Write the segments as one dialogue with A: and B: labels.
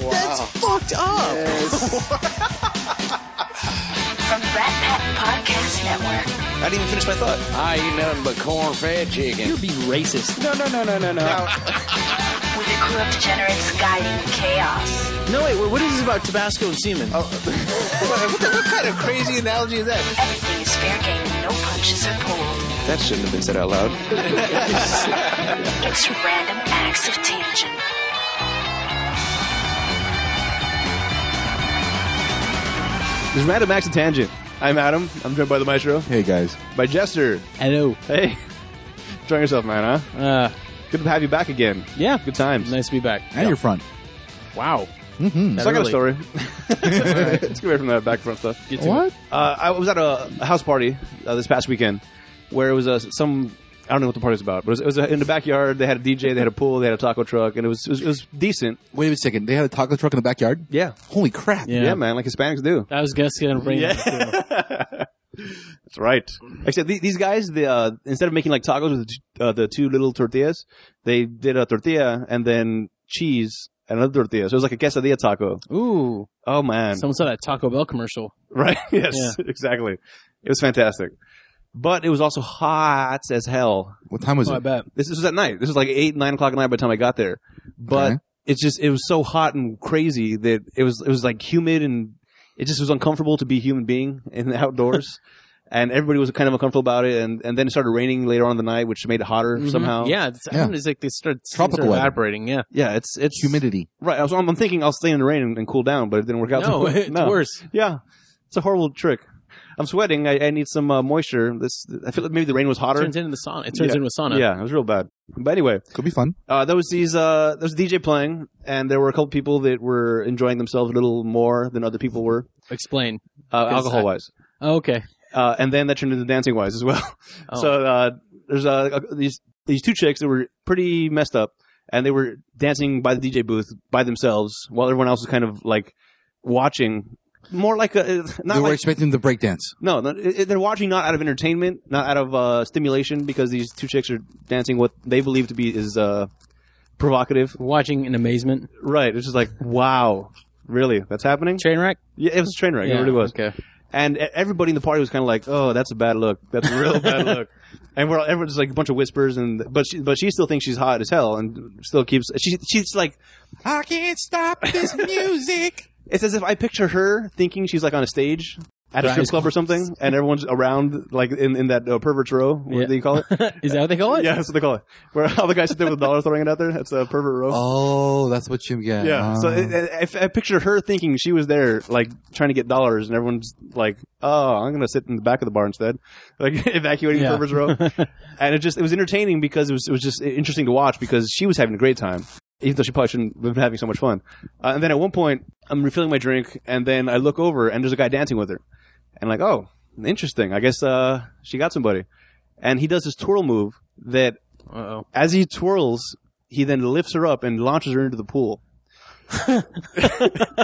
A: That's fucked up.
B: From Rat Pack Podcast Network.
A: I didn't even finish my thought.
C: I eat nothing but corn fed chicken.
D: You're being racist. No, no, no, no, no, no.
B: With a crew of degenerates guiding chaos.
D: No, wait, wait, what is this about Tabasco and semen?
A: Oh. what, the- what kind of crazy analogy is that?
B: Everything is fair game. No punches are pulled.
A: That shouldn't have been said out loud.
B: It's random acts of tangent.
E: This is Madam Max and Tangent. I'm Adam. I'm joined by the Maestro,
F: Hey guys,
E: by Jester.
D: Hello.
E: Hey, enjoying yourself, man? Huh?
D: Uh,
E: Good to have you back again.
D: yeah.
E: Good times. Mm-hmm.
D: Nice to be back.
F: and your front.
D: Wow.
E: So I got a story. Let's get away from that back front stuff.
D: Get to what?
E: Uh, I was at a, a house party uh, this past weekend where it was uh, some. I don't know what the party was about, but it was, it was uh, in the backyard. They had a DJ, they had a pool, they had a taco truck, and it was it was, it was decent.
F: Wait a second. They had a taco truck in the backyard.
E: Yeah.
F: Holy crap!
D: Yeah.
E: yeah, man, like Hispanics do.
D: I was just gonna bring yeah. that too.
E: That's right. Except the, these guys, the, uh, instead of making like tacos with the two- uh, the two little tortillas, they did a tortilla and then cheese and another tortilla. So it was like a quesadilla taco.
D: Ooh,
E: Oh man!
D: someone saw that Taco Bell commercial.
E: right? Yes, exactly. It was fantastic, but it was also hot as hell.
F: What time was
D: Oh, I
F: it?
D: bet.
E: This was at night. This was like eight, nine o'clock at night by the time I got there. But
F: Okay.
E: it's just it was so hot and crazy that it was it was like humid and it just was uncomfortable to be a human being in the outdoors. and everybody was kind of uncomfortable about it. And and then it started raining later on in the night, which made it hotter somehow.
D: Mm-hmm. Yeah, it's, I
F: Yeah.
D: don't know, it's like they start, things
F: Tropical
D: start
F: weather.
D: evaporating. Yeah.
E: yeah. It's it's
F: Humidity.
E: Right. I was, I'm thinking I'll stay in the rain and, and cool down, but it didn't work out. so,
D: No, it's worse.
E: Yeah, it's a horrible trick. I'm sweating. I, I need some uh, moisture. This I feel like maybe the rain was hotter.
D: turns into the sauna. It turns into a sauna.
E: Yeah, it was real bad. But anyway,
F: Could be fun.
E: uh, there was these uh, there was a DJ playing, and there were a couple people that were enjoying themselves a little more than other people were,
D: Explain.
E: uh,
D: Yes,
E: alcohol wise.
D: Oh, okay.
E: Uh, and then that turned into dancing wise as well.
D: Oh.
E: So uh, there's uh, these these two chicks that were pretty messed up, and they were dancing by the DJ booth by themselves while everyone else was kind of like watching. More like a uh,
F: they
E: not
F: were
E: like
F: expecting the breakdance.
E: no, no, it- it- they're watching not out of entertainment, not out of uh, stimulation, because these two chicks are dancing what they believe to be is uh, provocative.
D: Watching in amazement.
E: Right. It's just like, wow, really, that's happening.
D: Train wreck.
E: Yeah, it was a train wreck.
D: Yeah,
E: it really was.
D: okay.
E: And e- everybody in the party was kind of like, "Oh, that's a bad look. That's a real bad look." And we're all, everyone's like a bunch of whispers, and but she, but she still thinks she's hot as hell, and still keeps she she's like
F: I can't stop this music.
E: it's as if I picture her thinking she's like on a stage at a
D: Right.
E: strip club or something, and everyone's around like in in that uh, perverts row. What
D: Yeah.
E: do you call it?
D: Is that what they call it?
E: yeah, that's what they call it. Where all the guys sit there with dollars throwing it out there. That's a pervert row.
F: Oh, that's what you get.
E: Yeah. So
F: Uh,
E: it, it, I, I picture her thinking she was there, like trying to get dollars, and everyone's like, "Oh, I'm gonna sit in the back of the bar instead," like evacuating
D: Yeah.
E: Pervert's Row. and it just it was entertaining because it was it was just interesting to watch because she was having a great time, even though she probably shouldn't have been having so much fun. Uh, and then at one point, I'm refilling my drink, and then I look over, and there's a guy dancing with her, and like, oh, interesting. I guess uh, she got somebody. And he does this twirl move that
D: Uh-oh.
E: as he twirls, he then lifts her up and launches her into the pool.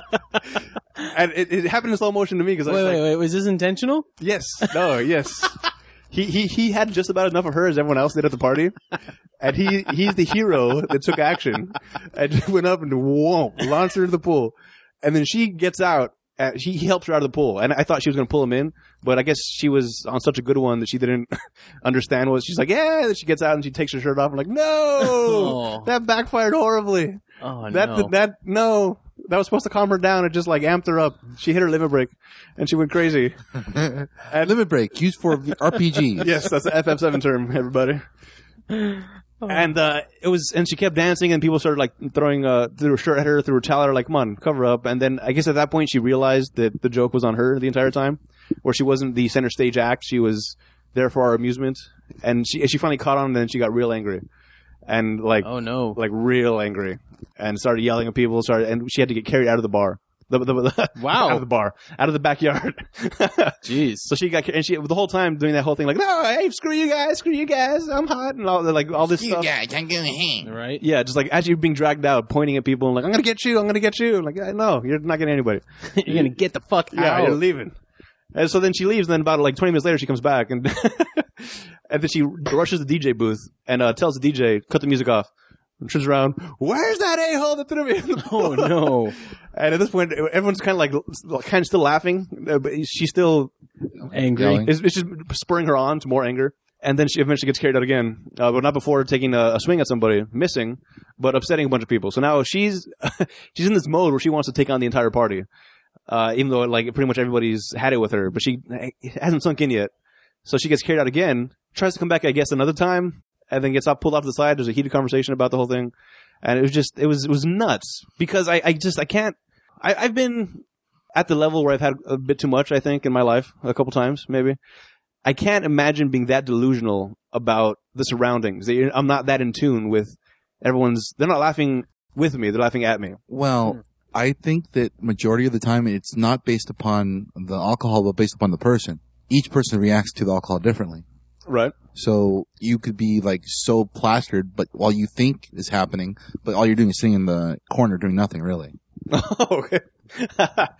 E: and it, it happened in slow motion to me because I
D: Wait,
E: was like,
D: wait, wait. Was this intentional?
E: "Yes, no, yes." he, he he had just about enough of her as everyone else did at the party, and he he's the hero that took action and went up and whoa, launched her into the pool, and then she gets out. Uh, she, he helps her out of the pool, and I thought she was going to pull him in, but I guess she was on such a good one that she didn't understand what she's like. Yeah, and she gets out and she takes her shirt off. I'm like, no,
D: Oh.
E: that backfired horribly.
D: Oh,
E: That
D: no.
E: that no, that was supposed to calm her down. It just like amped her up. She hit her limit break, and she went crazy.
F: Ah. limit break used for RPG.
E: yes, that's the FF7 term, everybody.
D: Oh.
E: And uh, it was, and she kept dancing, and people started like throwing uh, threw a shirt at her, threw a towel at her, like, "Come on, cover up." And then I guess at that point she realized that the joke was on her the entire time, or she wasn't the center stage act; she was there for our amusement. And she she finally caught on, and then she got real angry, and like
D: Oh, no.
E: like real angry, and started yelling at people. Started, and she had to get carried out of the bar. The, the, the-
D: Wow.
E: out of the bar, out of the backyard.
D: Jeez.
E: So she got and she the whole time doing that whole thing like no hey screw you guys screw you guys I'm hot and all like all this stuff
F: guys, I'm going hang.
D: right?
E: yeah just like as you're being dragged out pointing at people and like I'm gonna get you I'm gonna get you And, like no you're not getting anybody
D: You're going to get the fuck
E: yeah
D: out.
E: you're leaving and so then she leaves and then about like 20 minutes later she comes back and and then she rushes the DJ booth and uh, tells the DJ cut the music off and turns around. Where's that a hole that threw me? In the
D: Oh no.
E: And at this point, everyone's kind of like, kind of still laughing, uh, but she's still
D: Angry.
F: Yelling.
E: it's, it's just spurring her on to more anger. And then she eventually gets carried out again, uh, but not before taking a, a swing at somebody, missing, but upsetting a bunch of people. So now she's she's in this mode where she wants to take on the entire party, uh, even though like pretty much everybody's had it with her, but she it hasn't sunk in yet. So she gets carried out again, tries to come back, I guess, another time, and then gets out, pulled off to the side. There's a heated conversation about the whole thing, and it was just it was it was nuts because I I just I can't I, I've been at the level where I've had a bit too much I think in my life a couple times maybe. I can't imagine being that delusional about the surroundings. They- I'm not that in tune with everyone's. They're not laughing with me. They're laughing at me.
F: Well, I think that majority of the time it's not based upon the alcohol, but based upon the person. Each person reacts to the alcohol differently.
E: Right.
F: So you could be like so plastered, but while you think is happening, but all you're doing is sitting in the corner doing nothing really.
E: okay.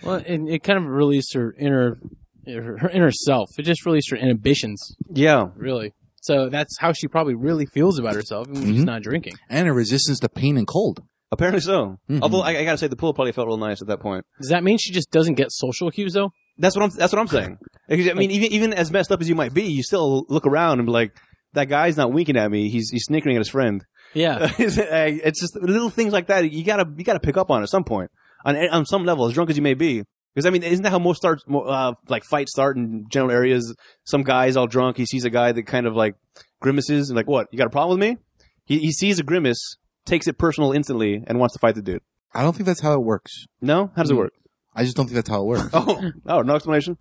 D: Well, and it kind of released her inner her inner self. It just released her inhibitions,
E: yeah.
D: really. So that's how she probably really feels about herself even when she's
F: Mhm.
D: not drinking.
F: And a resistance to pain and cold.
E: Apparently so.
F: Mhm.
E: Although I, I gotta say, the pool probably felt real nice at that point.
D: Does that mean she just doesn't get social cues though?
E: That's what I'm. That's what I'm saying. Because, I mean, even even as messed up as you might be, you still look around and be like, "That guy's not winking at me. He's he's snickering at his friend."
D: Yeah.
E: it's just little things like that. You gotta you gotta pick up on at some point, on on some level, as drunk as you may be. Because I mean, isn't that how most starts mo- uh, like fights start in general areas? Some guy's all drunk. He sees a guy that kind of like grimaces and like, "What? You got a problem with me?" He he sees a grimace, takes it personal instantly, and wants to fight the dude.
F: I don't think that's how it works.
E: No, how does it work?
F: I just don't think that's how it works.
E: Oh, oh, no explanation.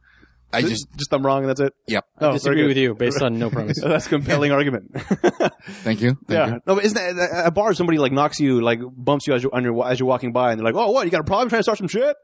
F: I just,
E: just I'm wrong and that's it.
F: yep.
E: Oh,
D: I disagree with you based on no premise.
E: That's compelling argument.
F: Thank you. Thank
E: yeah.
F: you.
E: No, but isn't that at- at a bar? Somebody like knocks you, like bumps you as you're on your, as you're walking by, and they're like, "Oh, what? You got a problem trying to start some shit?"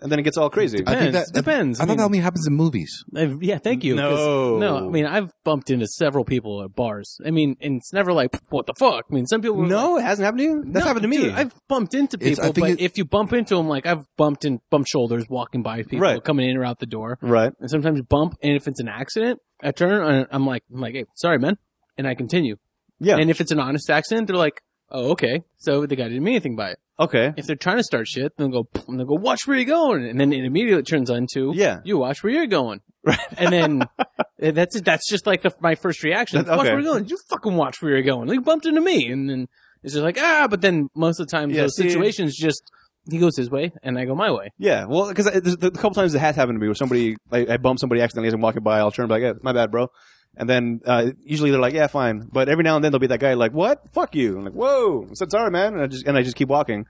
E: And then it gets all crazy.
F: I think
D: Depends.
F: that-
D: Depends.
F: I
D: I
F: thought
D: mean-
F: that only happens in movies.
D: Uh, yeah, thank you. 'cause-
E: No.
D: no. I mean, I've bumped into several people at bars. I mean, and it's never like what the fuck. I mean, some people.
E: no, it hasn't happened to you. That's
D: No,
E: happened to me.
D: dude, I've bumped into
F: It's- I
D: people,
F: think
D: but
F: it-
D: if you bump into them, like I've bumped and bumped shoulders walking by people
E: Right.
D: coming in or out the door,
E: right.
D: and sometimes bump. And if it's an accident, I turn and I'm like, I'm like, hey, sorry, man, and I continue.
E: Yeah.
D: And if it's an honest accident, they're like, oh, okay, so the guy didn't mean anything by it.
E: okay.
D: If they're trying to start shit, they'll go, "Pff," and they'll go, watch where you're going, and then it immediately turns into,
E: Yeah.
D: you watch where you're going. And then uh, that's that's just like the, my first reaction.
E: That-
D: Watch
E: okay.
D: where you're going. You fucking watch where you're going. Like bumped into me, and then it's just like ah. But then most of the time,
E: Yeah,
D: those
E: see-
D: situations just he goes his way and I go my way.
E: Yeah. Well, because the couple times it has happened to me, where somebody I, I bump somebody accidentally as I'm walking by, I'll turn and be like, "Yeah, "My bad, bro." And then uh, usually they're like, "Yeah, fine," but every now and then there'll be that guy like, "What? Fuck you!" I'm like, "Whoa!" I said, "Sorry, man," and I just and I just keep walking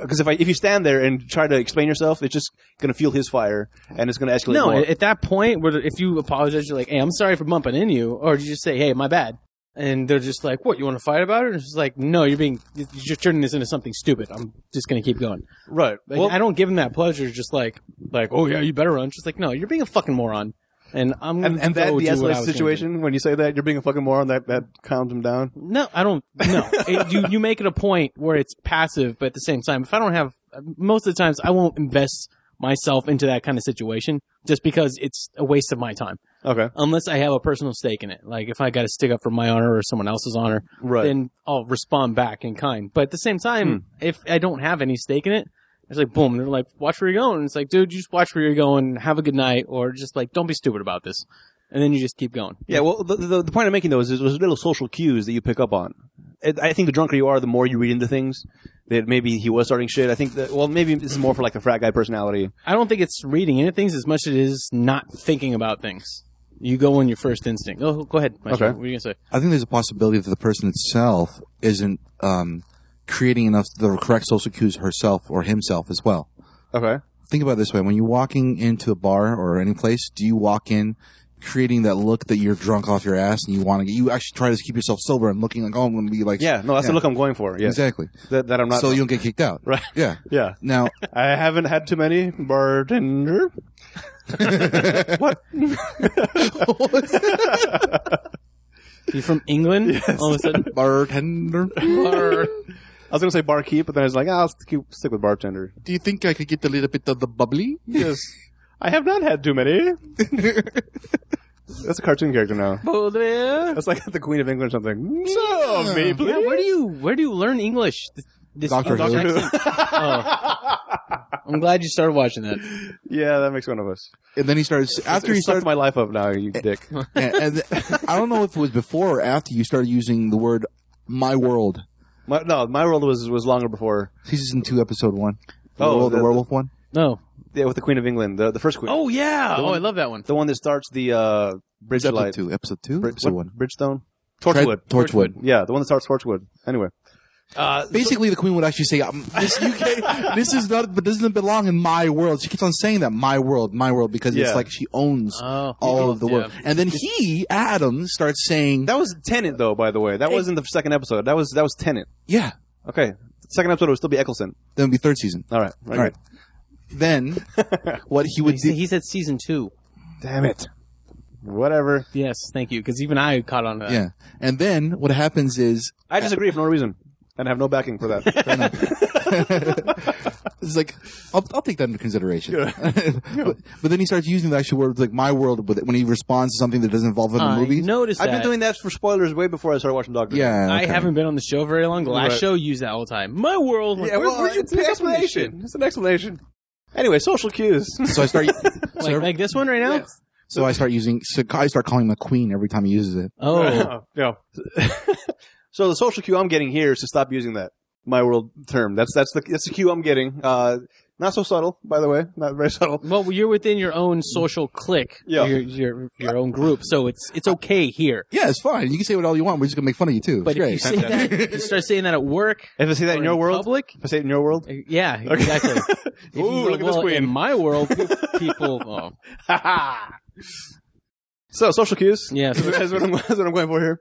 E: because if I if you stand there and try to explain yourself, it's just gonna fuel his fire and it's gonna escalate.
D: No,
E: more.
D: at that point, where if you apologize, you're like, hey, I'm sorry for bumping in you, or you just say, hey, my bad. And they're just like, what? You want to fight about it? And it's just like, no, you're being you're just turning this into something stupid. I'm just gonna keep going.
E: right.
D: Like, I don't give him that pleasure. Just like, like, oh yeah, you better run. Just like, no, you're being a fucking moron. And I'm
E: And, and that
D: go
E: the
D: do what
E: escalates
D: I was gonna do.
E: situation when you say that you're being a fucking moron that that calms him down.
D: No, I don't. No, it, you you make it a point where it's passive, but at the same time, if I don't have most of the times, I won't invest myself into that kind of situation just because it's a waste of my time.
E: Okay,
D: Unless I have a personal stake in it, like if I got to stick up for my honor or someone else's honor,
E: right.
D: then I'll respond back in kind. But at the same time,
E: Hmm.
D: if I don't have any stake in it, it's like boom, they're like, watch where you're going. And it's like, dude, you just watch where you're going, have a good night, or just like, don't be stupid about this. And then you just keep going.
E: yeah. Well, the, the the point I'm making though is there's little social cues that you pick up on. And I think the drunker you are, the more you read into things that maybe he was starting shit. I think that well, maybe this is more for like the frat guy personality.
D: I don't think it's reading into things as much as it is not thinking about things. You go on your first instinct. Oh, go ahead. Maestro.
E: Okay.
D: What are you gonna say?
F: I think there's a possibility that the person itself isn't um, creating enough the correct social cues herself or himself as well.
E: Okay.
F: Think about it this way: when you're walking into a bar or any place, do you walk in creating that look that you're drunk off your ass and you want to get? You actually try to keep yourself sober and looking like, oh, I'm going to be like,
E: Yeah. No, that's the
F: Yeah.
E: look I'm going for. Yeah.
F: exactly.
E: That, that I'm not.
F: so you don't get kicked out,
E: Right.
F: Yeah.
E: Yeah.
F: Now,
E: I haven't had too many bartender. what?
D: You from England? All of a sudden,
F: bartender,
D: Or-
E: I was gonna say barkeep, but then I was like, ah, I'll keep, stick with bartender.
F: do you think I could get a little bit of the bubbly?
E: Yes. I have not had too many. That's a cartoon character now.
D: Baudelaire.
E: That's like "Mm, the Queen of England or something. So, maybe.
D: Yeah, where do you where do you learn English? This, this
F: Doctor
D: English
F: Who.
D: accent? Oh. I'm glad you started watching that.
E: Yeah, that makes one of us.
F: And then he starts after
E: you
F: he
E: sucked
F: started.
E: my life up now, you dick.
F: and, and th- I don't know if it was before or after you started using the word "my world."
E: My, no, my world was was longer before.
F: Season two, episode one. The
E: Oh,
F: werewolf, the,
E: the-
F: werewolf one.
D: No.
E: Yeah, with the Queen of England, the, the first queen.
D: Oh yeah.
E: The
D: Oh,
E: one-
D: I love that one.
E: The one that starts the uh, bridge
F: Episode
E: light.
F: two. Episode two.
E: Brid-
F: episode
E: what?
F: one.
E: Bridgestone.
F: Tried-
E: Torchwood.
F: Torchwood.
E: Yeah, the one that starts Torchwood. Anyway. Uh,
F: Basically, the queen would actually say, um, "This UK, this is not, but doesn't belong in my world." She keeps on saying that, "My world, my world," because it's
E: Yeah.
F: like she owns
D: Oh.
F: all of the
D: Yeah.
F: world. And then he, Adam, starts saying,
E: that was Tenant, though. By the way, that wasn't the second episode. That was that was Tenant.
F: "Yeah,
E: Okay, second episode would still be Eccleston.
F: then it'll be third season."
E: All right, all
F: All right. Then what he would
D: He said,
F: do?
D: he said season two.
E: Damn it. Whatever.
D: Yes, thank you. Because even I caught on to that.
F: Yeah, and then what happens is
E: I disagree for no reason, and have no backing for that.
F: It's like, I'll, I'll take that into consideration. but, but then he starts using the actual word, like my world, but when he responds to something that doesn't involve him in the
D: I
F: movie.
D: Uh, noticed that.
E: I've been doing that for spoilers way before I started watching Doctor. Who.
F: Yeah.
D: I
F: okay.
D: haven't been on the show very long. The last
E: Right.
D: show used that all the time. My world. Like,
E: Yeah,
D: where,
E: well,
D: where'd you
E: it's an
D: pick up on this shit?
E: explanation. It's an explanation. Anyway, social cues.
F: So I start, so,
D: Like, like this one right now?
F: so I start using, so I start calling him a queen every time he uses it.
D: Oh,
E: yeah. so the social cue I'm getting here is to stop using that my world term. That's that's the that's the cue I'm getting. Uh, not so subtle, by the way. Not very subtle.
D: well, you're within your own social clique,
E: Yeah.
D: your, your your own group, so it's it's okay here.
F: Yeah, it's fine. You can say what all you want. We're just gonna make fun of you too. But
D: But if you
F: it's great.
D: say that, you start saying that at work,
E: If I say that
D: or
E: in your world,
D: public,
E: if I say it in your world,
D: uh, yeah, exactly. If you
E: Ooh,
D: go,
E: look at this
D: well,
E: queen.
D: In my world, people, oh,
E: so social cues.
D: Yes.
E: That's what- that's, what I'm, that's what I'm going for here.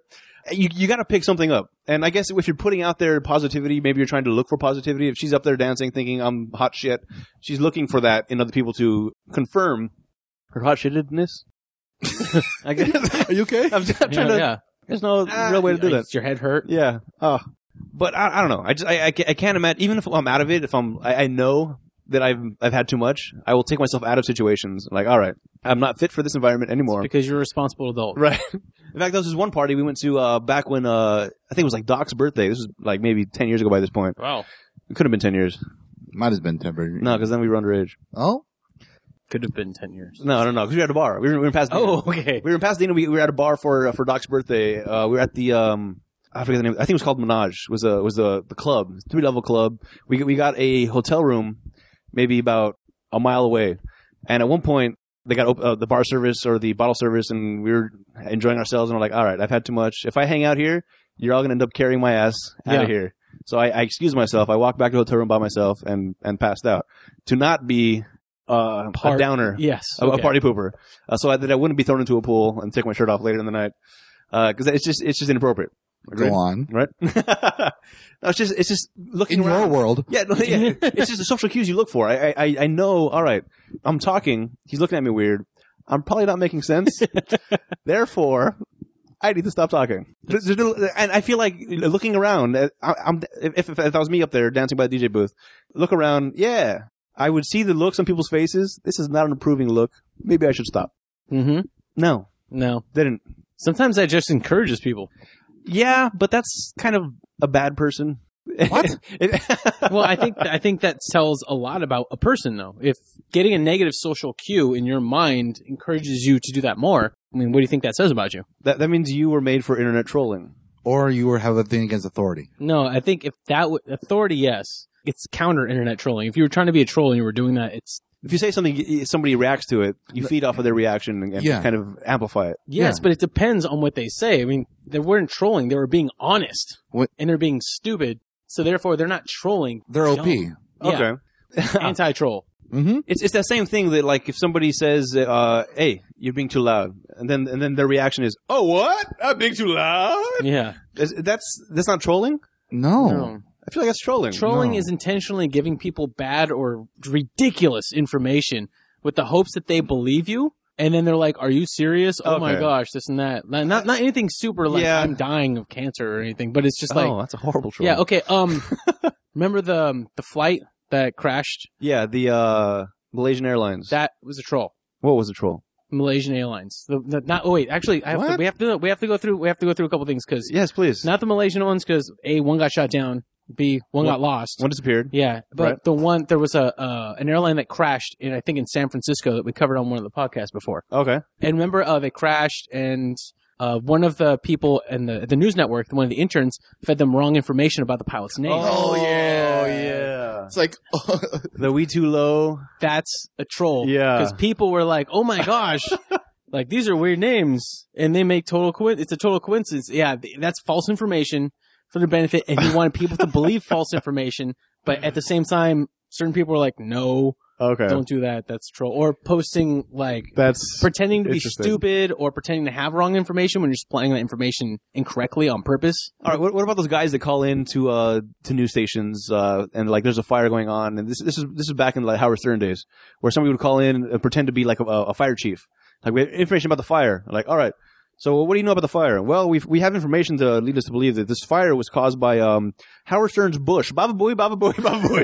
E: You you got to pick something up, and I guess if you're putting out there positivity, maybe you're trying to look for positivity. If she's up there dancing, thinking I'm hot shit, she's looking for that in other people to confirm her hot shittedness. I guess
F: Are you okay?
E: I'm, just, I'm
D: yeah,
E: trying to. Ah.
D: yeah.
E: There's no real way to do that.
D: Is your head hurt?
E: Yeah. Oh. But I, I don't know. I just I, I, ca- I can't imagine. Even if I'm out of it, if I'm I, I know that I've I've had too much, I will take myself out of situations. Like, all right, I'm not fit for this environment anymore.
D: Because you're a responsible adult.
E: Right. In fact, there was this one party we went to uh, back when uh, I think it was like Doc's birthday. This was like maybe ten years ago by this point.
D: Wow.
E: It could have been ten years.
F: Might have been temporary.
E: No, because then we were underage.
F: Oh?
D: Could have been 10 years.
E: No, no, no. Because we were at a bar. We were, we were in Pasadena.
D: Oh, okay.
E: We were in Pasadena. We, we were at a bar for uh, for Doc's birthday. Uh, we were at the um, I forget the name. I think it was called Menage. Was a was the the club three level club. We we got a hotel room, maybe about a mile away, and at one point they got op- uh, the bar service or the bottle service, and we were enjoying ourselves, and we're like, all right, I've had too much. If I hang out here, you're all gonna end up carrying my ass out
D: Yeah.
E: of here. So I, I excused myself. I walked back to the hotel room by myself and and passed out to not be uh, a
D: Part-
E: downer
D: Yes.
E: a, a
D: okay.
E: party pooper, uh, so I, that I wouldn't be thrown into a pool and take my shirt off later in the night, because it's just it's just inappropriate. Agreed?
F: Go on.
E: Right? no, it's just it's just looking
F: In your
E: around.
F: world.
E: Yeah, no, yeah, it's just the social cues you look for. I, I- I I know. All right, I'm talking. He's looking at me weird. I'm probably not making sense. Therefore, I need to stop talking. There's- there's no- And I feel like looking around. uh, I, I'm if, if if that was me up there dancing by the DJ booth, look around. Yeah, I would see the looks on people's faces. This is not an approving look. Maybe I should stop.
D: Mm-hmm.
E: No,
D: No.
E: didn't.
D: Sometimes that just encourages people.
E: Yeah, but that's kind of a bad person. What?
D: Well, I think I think that tells a lot about a person, though. If getting a negative social cue in your mind encourages you to do that more, I mean, what do you think that says about you?
E: that that means you were made for internet trolling.
F: Or you were have a thing against authority.
D: No, I think if that would authority, yes, it's counter internet trolling. If you were trying to be a troll and you were doing that, it's
E: if you say something, y- somebody reacts to it. You feed off of their reaction and and
F: Yeah.
E: kind of amplify it.
D: yes,
F: Yeah.
D: but it depends on what they say. I mean, they weren't trolling; they were being honest,
F: What-
D: and they're being stupid. So therefore, they're not trolling.
F: They're OP.
D: Yeah, anti troll.
F: Mm-hmm.
E: it's it's that same thing that like if somebody says, uh, "Hey, you're being too loud," and then and then their reaction is, "Oh, what? I'm being too loud."
D: Yeah,
E: Is- That's that's not trolling.
F: No.
D: No.
E: I feel like that's trolling.
D: Trolling
F: No.
D: is intentionally giving people bad or ridiculous information with the hopes that they believe you. And then they're like, "Are you serious? Oh my
E: Okay.
D: gosh, this and that." Not not, not anything super like
E: Yeah.
D: I'm dying of cancer or anything, but it's just like,
E: oh, that's a horrible troll.
D: yeah, okay. Um, remember the um, the flight that crashed?
E: yeah. The uh, Malaysian Airlines.
D: That was a troll.
E: what was a troll?
D: Malaysian Airlines. The, the, not oh wait, actually, I have to,
E: What?
D: we have to we have to go through we have to go through a couple things because
E: Yes, please.
D: not the Malaysian ones because a one got shot down, b one got lost.
E: One disappeared.
D: Yeah, but
E: Right.
D: the one there was a uh, an airline that crashed in I think in San Francisco that we covered on one of the podcasts before.
E: Okay.
D: And remember, uh, they crashed, and uh, one of the people in the the news network, one of the interns, fed them wrong information about the pilot's name.
F: Oh, yeah.
E: Oh yeah.
F: It's like
E: The we too low.
D: That's a troll.
E: Yeah.
D: because people were like, "Oh my gosh." Like these are weird names, and they make total coin. It's a total coincidence. Yeah, th- that's false information for their benefit, and you wanted people to believe false information, but at the same time, certain people were like, "No,
E: Okay.
D: Don't do that. That's troll. Or posting like
E: That's
D: pretending to be
E: Interesting.
D: stupid or pretending to have wrong information when you're supplying that information incorrectly on purpose.
E: all right. What, what about those guys that call in to uh to news stations uh and like there's a fire going on and this this is this is back in like Howard Stern days where somebody would call in and pretend to be like a, a fire chief like we have information about the fire like all right so what do you know about the fire well we we have information to lead us to believe that this fire was caused by um Howard Stern's bush baba boy baba boy baba boy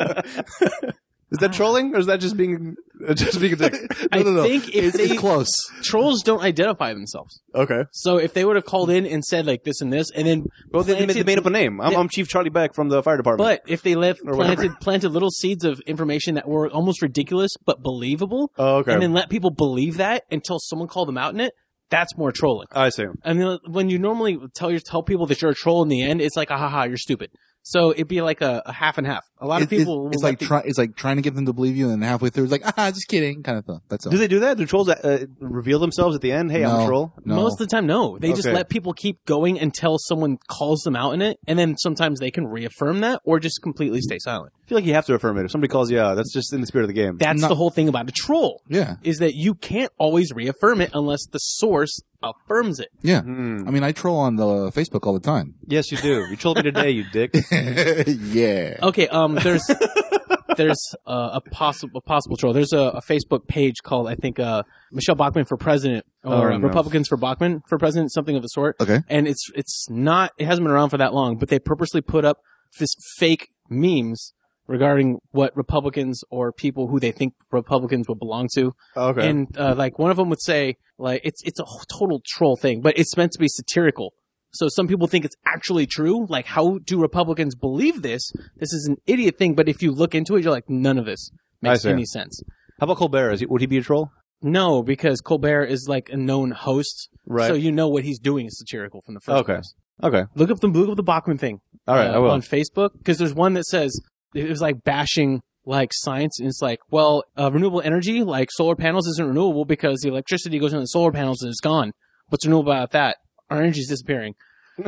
E: is that trolling or is that just being just being a dick
D: I think if they,
F: it's close.
D: trolls don't identify themselves.
E: okay
D: So if they would have called in and said like this and this, and then
E: well they, they
D: planted-
E: made up a name I'm,
D: Yeah.
E: I'm Chief Charlie Beck from the fire department
D: but if they left
E: Or whatever.
D: planted planted little seeds of information that were almost ridiculous but believable,
E: oh, okay
D: and then let people believe that until someone called them out in it, that's more trolling.
E: I see.
D: I mean, when you normally tell your tell people that you're a troll in the end, it's like, ah, ha, ha, you're stupid. So it'd be like a, a half and half. A lot of
F: It- it-
D: people. will
F: it's
D: let
F: like
D: the-
F: try, it's like trying to get them to believe you, and then halfway through, it's like, ah, just kidding, kind of thing. That's all.
E: Do they do that? Do trolls uh, reveal themselves at the end? Hey, I'm
F: No.
E: a troll.
F: no.
D: most of the time, no. They just
E: Okay.
D: let people keep going until someone calls them out in it, and then sometimes they can reaffirm that or just completely stay silent.
E: I feel like you have to affirm it. If somebody calls you out, that's just in the spirit of the game.
D: That's
F: Not-
D: the whole thing about a troll
F: yeah,
D: is that you can't always reaffirm it unless the source affirms it.
F: yeah.
E: Hmm.
F: I mean, I troll on the Facebook all the time.
E: Yes, you do. You trolled me today, you dick.
F: yeah.
D: Okay, um, there's there's uh, a possible a possible troll. There's a, a Facebook page called I think uh, Michelle Bachman for president or
E: Oh, no.
D: uh, Republicans for Bachman for president, something of the sort.
F: Okay.
D: and it's it's not it hasn't been around for that long, but they purposely put up this fake memes regarding what Republicans or people who they think Republicans would belong to
E: Okay.
D: and uh, like one of them would say like it's it's a whole total troll thing, but it's meant to be satirical. So some people think it's actually true. Like, how do Republicans believe this? This is an idiot thing. But if you look into it, you're like, none of this
E: I
D: makes
E: see.
D: any sense.
E: How about Colbert? Is he, would he be a troll?
D: No, because Colbert is like a known host,
E: Right.
D: so you know what he's doing is satirical from the first
E: Okay.
D: place.
E: okay.
D: Look up the look up the Bachman thing
E: All right.
D: uh,
E: I will.
D: on Facebook because there's one that says it was like bashing like science and it's like well uh, renewable energy like solar panels isn't renewable because the electricity goes into the solar panels and it's gone what's renewable about that our energy's disappearing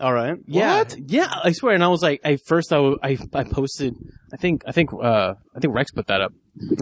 E: All right.
D: what? yeah i swear and i was like i first I wa- I I posted i think i think uh i think rex put that up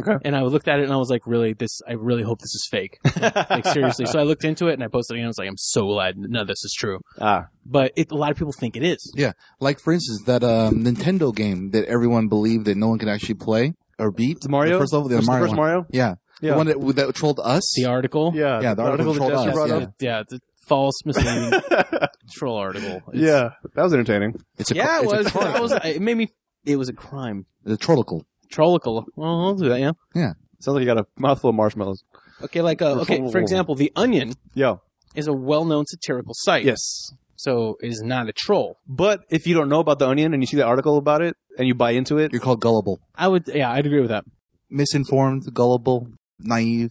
E: Okay.
D: and i looked at it and i was like really this i really hope this is fake like seriously so i looked into it and i posted it and i was like i'm so glad none of this is true
E: ah.
D: but it, a lot of people think it is
F: Like for instance, that um, Nintendo game that everyone believed that no one could actually play or beat.
E: It's Mario.
F: The first level, the
E: First-
F: Mario
E: first
F: one.
E: Mario.
F: Yeah.
E: Yeah.
F: The one that, that trolled us.
D: the article
E: Yeah.
F: Yeah, the article
E: that
F: trolled
E: Jester
F: us,
E: brought
F: yeah.
E: up.
D: yeah, it's a false misleading troll article. It's-
E: Yeah, that was entertaining.
F: It's a,
D: yeah, it
F: it's a
D: was.
F: crime.
D: That was. It made me. It was a crime.
F: the trollicle.
D: Trollical. Well, I'll do that. Yeah.
E: Sounds like you got a mouthful of marshmallows.
D: Okay. Like. Uh, okay. For example, the Onion
E: Yeah.
D: is a well-known satirical site.
E: Yes.
D: So it is not a troll.
E: But if you don't know about the onion and you see the article about it and you buy into it,
F: You're called gullible.
D: I would. Yeah, I'd agree with that.
F: Misinformed, gullible, naive,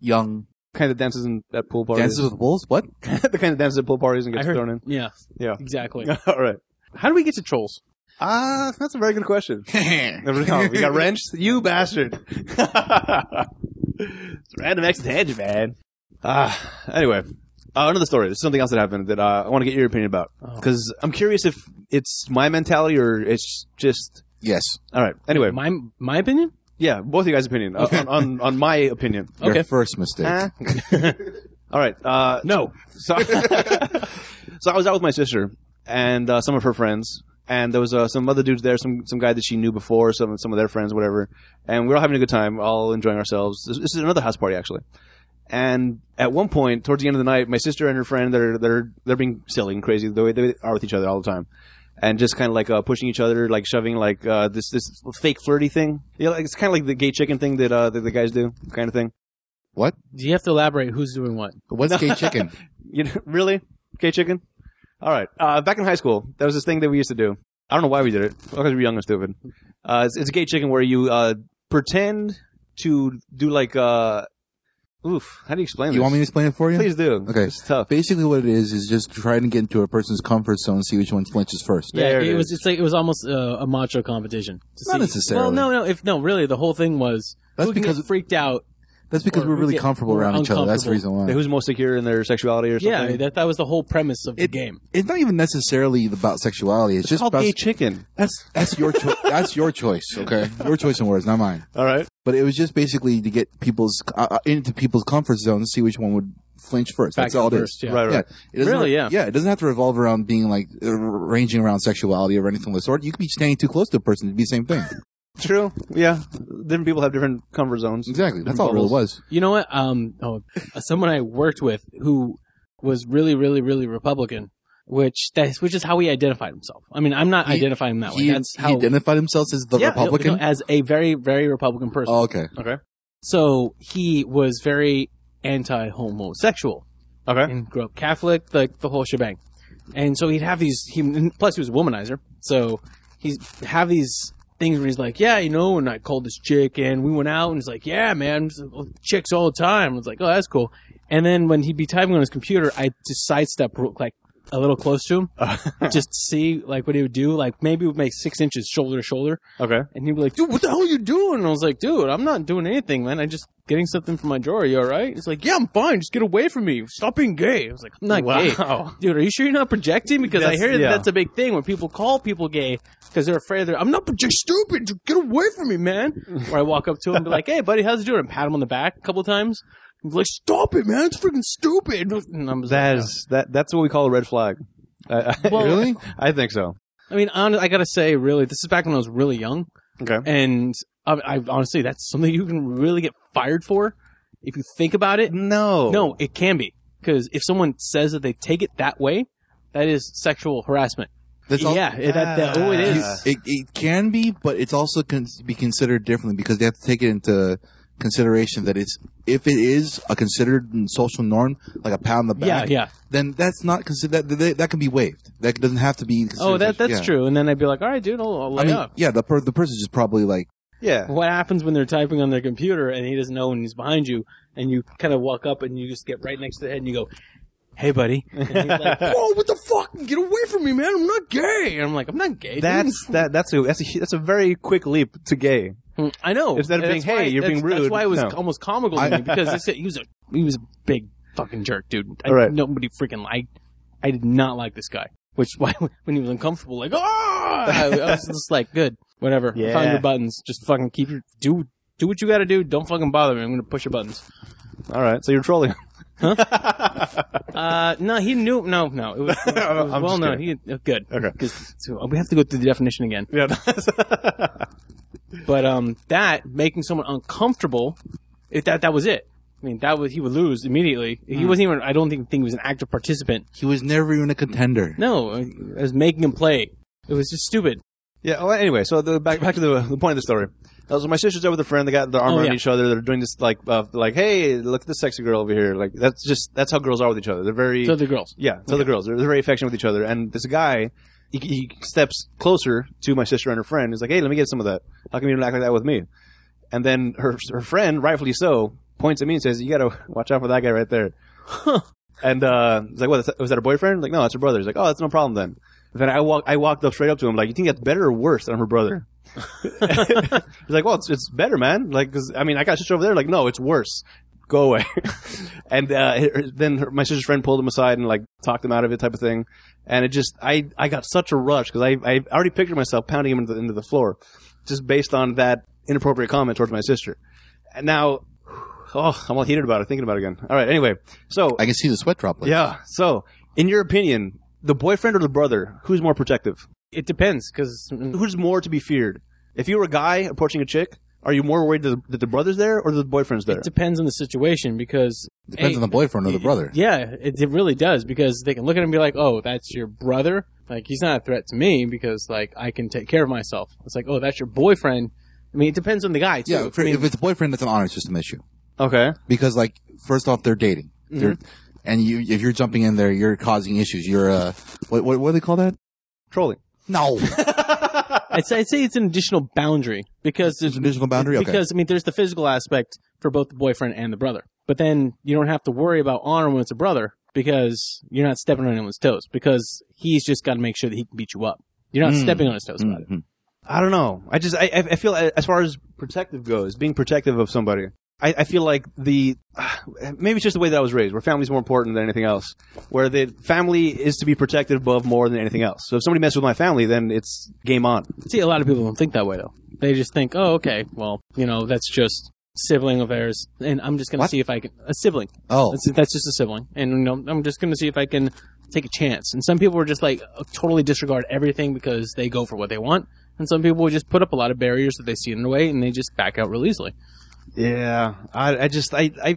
F: young.
E: kind of dances in, at pool parties.
F: Dances with wolves? What?
E: the kind of dances at pool parties and
D: I
E: gets
D: heard-
E: thrown in.
D: Yeah.
E: Yeah.
D: Exactly.
E: All right.
D: How do we get to trolls?
E: Ah, that's a very good question. we got wrenched? You bastard. it's random X hedge, man. Ah, anyway. Uh, another story. There's something else that happened that uh, I want to get your opinion about. Because I'm curious if it's my mentality or it's just.
F: Yes.
E: All right. Anyway,
D: My my opinion.
E: yeah, both of you guys' opinion. Uh, on, on, on my opinion.
D: Okay.
F: Your first mistake.
E: Huh? All right. Uh,
D: No.
E: so, so I was out with my sister and uh, some of her friends, and there was uh, some other dudes there, some some guy that she knew before, some some of their friends, whatever. And we were all having a good time, all enjoying ourselves. This, this is another house party actually. And at one point, towards the end of the night, my sister and her friend they're they're they're being silly and crazy the way they are with each other all the time. and just kind of like uh, pushing each other, like shoving like uh, this this fake flirty thing. Yeah, like, it's kind of like the gay chicken thing that uh, that the guys do, kind of thing.
F: What?
D: Do you have to elaborate who's doing what?
F: What's gay chicken?
E: You know, really? Gay chicken? All right. Uh, back in high school, there was this thing that we used to do. I don't know why we did it because we were young and stupid. Uh, it's, it's gay chicken where you uh, pretend to do like uh, oof. How do you explain
F: You
E: this?
F: want me to explain it for you?
E: Please do.
F: Okay.
E: It's tough.
F: Basically, what it is is just trying to get into a person's comfort zone and see which one flinches first.
E: There
D: yeah,
E: it
D: it, was.
E: is.
D: It's like it was almost uh, a macho competition. To
F: Not
D: see.
F: necessarily.
D: Well, no, no. If no, really, the whole thing was
F: That's
D: who can
F: because-
D: get freaked out.
F: That's because
D: Or
F: we're
D: we
F: really
D: get-
F: comfortable
D: we're
F: around each other. That's the reason
D: uncomfortable.
F: why.
E: Who's most secure in their sexuality or something?
D: Yeah, that that was the whole premise of the game.
F: It's not even necessarily about sexuality. It's,
E: it's
F: just
E: called
F: about
E: gay chicken.
F: that's that's your cho- that's your choice. Okay, your choice in words, not mine.
E: All right.
F: But it was just basically to get people's uh, uh, into people's comfort zone and see which one would flinch first.
D: Back
F: that's all it is.
D: first, yeah.
E: Right.
F: Yeah, it doesn't
D: Really,
F: have- yeah. It doesn't have to revolve around being like uh, ranging around sexuality or anything of the sort. You could be standing too close to a person to be the same thing.
E: True. Yeah. Different people have different comfort zones.
F: Exactly. That's
E: Different
F: all it really
E: bubbles.
F: was.
D: You know what? Um, oh, someone I worked with who was really, really, really Republican, which that's which is how he identified himself. I mean, I'm not
F: He-
D: identifying him that way.
F: he,
D: That's
F: he
D: how
F: identified himself as the
D: Yeah, no,
F: Republican.
D: no, as a very, very Republican person.
F: oh, okay.
E: Okay.
D: So he was very anti-homosexual
E: Okay.
D: and grew up Catholic, like the whole shebang. And so he'd have these. He and plus he was a womanizer, so he's have these things where he's like, yeah, you know, and I called this chick and we went out and he's like, yeah, man, chicks all the time. I was like, oh, that's cool. And then when he'd be typing on his computer, I just sidestep real- like a little close to him, just to see like what he would do. Like maybe it would make six inches shoulder to shoulder,
E: Okay.
D: and he'd be like, dude, what the hell are you doing? And I was like, dude, I'm not doing anything, man. I'm just getting something from my drawer. You all right? He's like, yeah, I'm fine. Just get away from me. Stop being gay. I was like, I'm not
E: Wow.
D: gay. Dude, are you sure you're not projecting? Because I
E: That's-
D: hear that
E: yeah.
D: that's a big thing when people call people gay because they're afraid they're, I'm not projecting. Stupid. Just Get away from me, man. or I walk up to him and be like, hey, buddy, how's it doing? And pat him on the back a couple times. He's like, stop it, man. It's freaking stupid. And I'm just
E: That
D: like,
E: is that. That's what we call a red flag. I, I,
D: Well-
F: Really?
E: I think so.
D: I mean, hon I gotta say, really, this is back when I was really young.
E: Okay.
D: And I, I honestly, that's something you can really get fired for if you think about it.
E: No.
D: No, it can be because if someone says that they take it that way, that is sexual harassment.
F: That's all.
D: yeah, it- that, that, oh, it
E: Ah.
D: is.
F: It, it can be, but it's also can be considered differently because they have to take it into consideration that it's if it is a considered social norm, like a pat on the
D: Yeah,
F: back.
D: yeah.
F: Then that's not considered. That, that that can be waived. That doesn't have to be. Considered
D: Oh, that that's
F: yeah.
D: true. And then I'd be like, all right, dude, I'll, I'll lay
F: I mean,
D: off.
F: yeah, the per- the person's just probably like,
E: Yeah.
D: What happens when they're typing on their computer and he doesn't know and he's behind you and you kind of walk up and you just get right next to the head and you go, "Hey, buddy," and he's like, "Whoa, what the fuck? Get away from me, man! I'm not gay." And I'm like, "I'm not gay." dude."
E: That's that. That's a that's a hu- that's a very quick leap to gay.
D: Mm, I know.
E: Instead of
D: And
E: being,
D: that's why-
E: "Hey, you're
D: that's-
E: being rude,"
D: That's why it was
E: no.
D: almost comical
F: I-
D: to me because they said he was a he was a big fucking jerk, dude. I,
E: All right.
D: Nobody freaking like. I did not like this guy. Which why when he was uncomfortable, like ah, I, I was just like, good, whatever.
E: Yeah.
D: Find your buttons. Just fucking keep your do do what you got to do. Don't fucking bother me. I'm gonna push your buttons.
E: All right. So you're trolling.
D: Uh, no, he knew. No, no, it was, it was- it was
E: I'm
D: well
E: just
D: known. He uh, good.
E: Okay.
D: 'Cause- so uh, we have to go through the definition again.
E: Yeah.
D: But um, that making someone uncomfortable, it, that that was it. I mean, that was he would lose immediately.
F: Mm.
D: He wasn't even. I don't think think he was an active participant.
F: he was never even a contender.
D: No, I was making him play. It was just stupid.
E: yeah. Well, anyway, so the, back back to the, the point of the story. Uh, so my sister's there with a friend. They got their arm
D: Oh,
E: around
D: yeah.
E: each other. They're doing this like uh, like hey, look at this sexy girl over here. Like that's just that's how girls are with each other. They're very
D: To other girls.
E: Yeah, so the girls they're, they're very affectionate with each other. And this guy, he, he steps closer to my sister and her friend. He's like, "Hey, let me get some of that. How come you don't act like that with me?" And then her her friend, rightfully so, points at me and says, "You gotta watch out for that guy right there." and uh, he's like, "What was that? A boyfriend?" I'm like, "No, it's her brother." He's like, "Oh, that's no problem then." Then I walk I walked up straight up to him like, "You think that's better or worse than I'm her brother?" he's like, "Well, it's, it's better, man. Like, 'cause, I mean, I got sister over there. Like, no, it's worse." go away. and uh, her- then her, my sister's friend pulled him aside and like talked him out of it, type of thing. And it just, I, I got such a rush because I, I already pictured myself pounding him into the, into the floor, just based on that inappropriate comment towards my sister. And now, oh, I'm all heated about it, thinking about it again. All right, anyway, so
F: I can see the sweat droplets.
E: yeah, so in your opinion, the boyfriend or the brother, who's more protective?
D: It depends because
E: Who's more to be feared? If you were a guy approaching a chick, Are you more worried that the, that the brother's there or the boyfriend's there?
D: It depends on the situation because
F: Depends
D: Hey,
F: on the boyfriend or the
D: y-
F: brother.
D: Yeah, it, it really does because they can look at him and be like, "Oh, that's your brother." Like he's not a threat to me because like I can take care of myself. It's like, "Oh, that's your boyfriend." I mean, it depends on the guy too.
F: Yeah, if,
D: I mean,
F: if it's a boyfriend, that's an honor system issue
E: okay.
F: because, like, first off, they're dating, they're, and you if you're jumping in there, you're causing issues. You're uh, what what, what do they call that?
E: Trolling.
F: No,
D: I'd, say, I'd say it's an additional boundary because
F: it's an additional boundary. Okay,
D: because I mean, there's the physical aspect for both the boyfriend and the brother, but then you don't have to worry about honor when it's a brother because you're not stepping on anyone's toes because he's just got to make sure that he can beat you up. You're
F: Hmm.
D: not stepping on his toes about it.
F: Mhm.
E: I don't know. I just I, I I feel a- as far as protective goes, being protective of somebody, I, I feel like the uh, maybe it's just the way that I was raised, where family's more important than anything else, where the family is to be protected above more than anything else. So if somebody messes with my family, then it's game on.
F: hmm.
D: See, a lot of people don't think that way though. They just think, oh, okay, well, you know, that's just sibling of theirs, and I'm just gonna
F: What?
D: see if I can a sibling.
F: oh,
D: That's, that's just a sibling, and you know, I'm just gonna see if I can take a chance. And some people are just like totally disregard everything because they go for what they want, and some people will just put up a lot of barriers that they see in the way, and they just back out real easily.
E: Yeah, I, I just I I.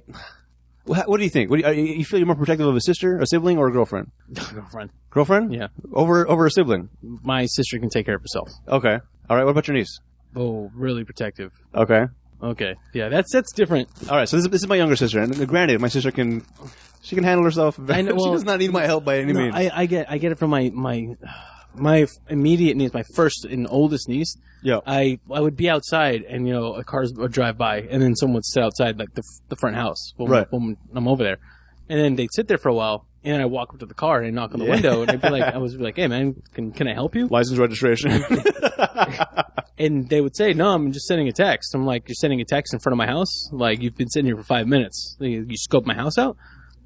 E: Wha- What do you think? What do you, are you you feel you're more protective of a sister, a sibling, or a girlfriend?
D: Girlfriend,
E: Girlfriend?
D: Yeah.
E: Over over a sibling.
D: my sister can take care of herself.
E: Okay. All right. What about your niece?
D: Oh, really protective.
E: Okay.
D: Okay, yeah, that's that's different.
E: All right, so this is, this is my younger sister, and granted, my sister can she can handle herself.
D: I know,
E: she
D: well-
E: does not need my help by any
D: No,
E: means.
D: I, I get I get it from my my my immediate niece, my first and oldest niece.
E: yeah,
D: I I would be outside and you know a cars would drive by and then someone would sit outside like the the front house when,
E: Right.
D: when I'm over there, and then they'd sit there for a while and then I walk up to the car and I knock on the window and I'd be like I was like hey man can can I help you
E: license registration.
D: and they would say no I'm just sending a text I'm like you're sending a text in front of my house like you've been sitting here for five minutes you, you scope my house out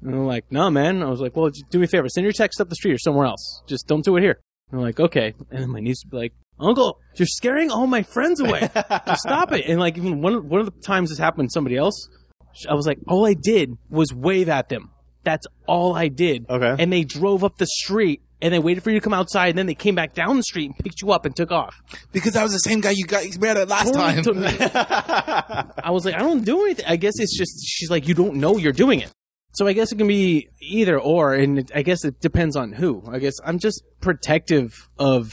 D: and they're like no man I was like well just do me a favor send your text up the street or somewhere else just don't do it here and they're like okay and then my niece would be like. Uncle, you're scaring all my friends away. to stop it. And like even one one of the times this happened to somebody else, sh- I was like, all I did was wave at them. That's all I did.
E: Okay.
D: And they drove up the street and they waited for you to come outside and then they came back down the street and picked you up and took off.
F: because I was the same guy you got mad at last time.
D: To me. I was like, I don't do anything. I guess it's just she's like, you don't know you're doing it. So I guess it can be either or, and it, I guess it depends on who. I guess I'm just protective of.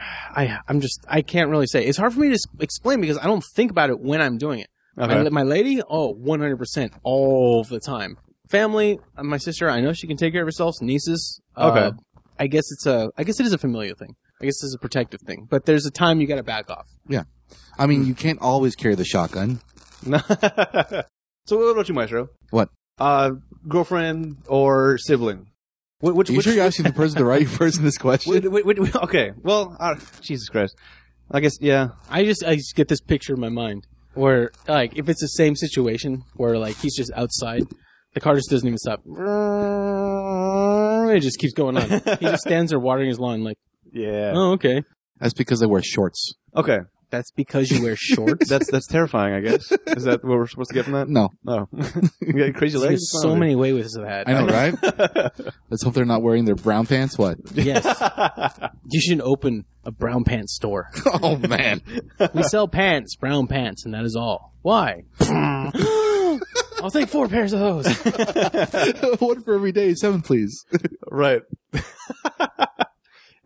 D: I I'm just I can't really say. It's hard for me to s- explain because I don't think about it when I'm doing it.
E: Okay.
D: My, my lady, oh, 100 percent all the time. Family, uh, my sister, I know she can take care of herself. Nieces, uh,
E: Okay.
D: I guess it's a I guess it is a familial thing. I guess it's a protective thing. But there's a time you got to back off.
F: I mean, you can't always carry the shotgun.
E: No. so what about you, Maestro?
F: What?
E: Uh, girlfriend or sibling? Wh- Which,
F: Are you
E: which,
F: sure you're asking the person, the right person, this question?
E: wh- wh- wh- wh- okay. Well, uh, Jesus Christ. I guess yeah.
D: I just I just get this picture in my mind where like if it's the same situation where like he's just outside, the car just doesn't even stop.
F: Uh,
D: It just keeps going on. he just stands there watering his lawn like,
E: Yeah.
D: oh okay.
F: That's because they wear shorts.
E: Okay.
D: That's because you wear shorts.
E: That's that's terrifying. I guess is that what we're supposed to get from that?
F: No,
E: No. You got crazy legs.
D: There's
E: What's
D: so
E: wrong with
D: many ways of that.
F: I know, right? Let's hope they're not wearing their brown pants. What?
D: Yes, you should open a brown pants store.
F: oh man,
D: We sell pants, brown pants, and that is all. Why? I'll take four pairs of those.
F: one for every day. Seven, please.
E: you? Right.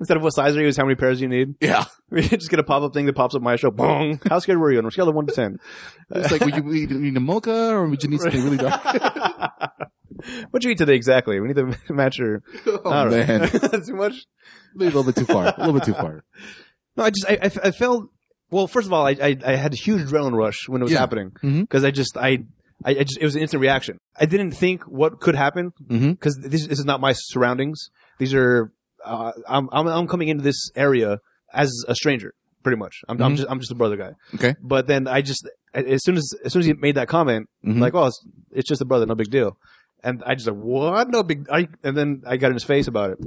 E: Instead of what size are you, is how many pairs you need.
F: Yeah,
E: We just get a pop up thing that pops up my show. Bong. How scared were you on a scale of one to ten?
F: it's like would you would you need a mocha or would you need something really dark?
E: What'd you eat today exactly? We need to match your.
F: Oh
E: All right.
F: man,
E: Too much.
F: maybe a little bit too far. A little bit too far.
E: No, I just I, I, I felt. Well, first of all, I, I I had a huge adrenaline rush when it was
F: Yeah.
E: happening
F: Mhm.
E: because I just I. I I just, it was an instant reaction. I didn't think what could happen
F: Mhm.
E: because this, this is not my surroundings. These are uh, I'm, I'm I'm coming into this area as a stranger, pretty much. I'm, I'm
F: Mhm.
E: just I'm just a brother guy.
F: Okay.
E: But then I just as soon as as soon as he made that comment,
F: Mhm.
E: like, oh, it's, it's just a brother, no big deal. And I just like, what? No big. I, and then I got in his face about it.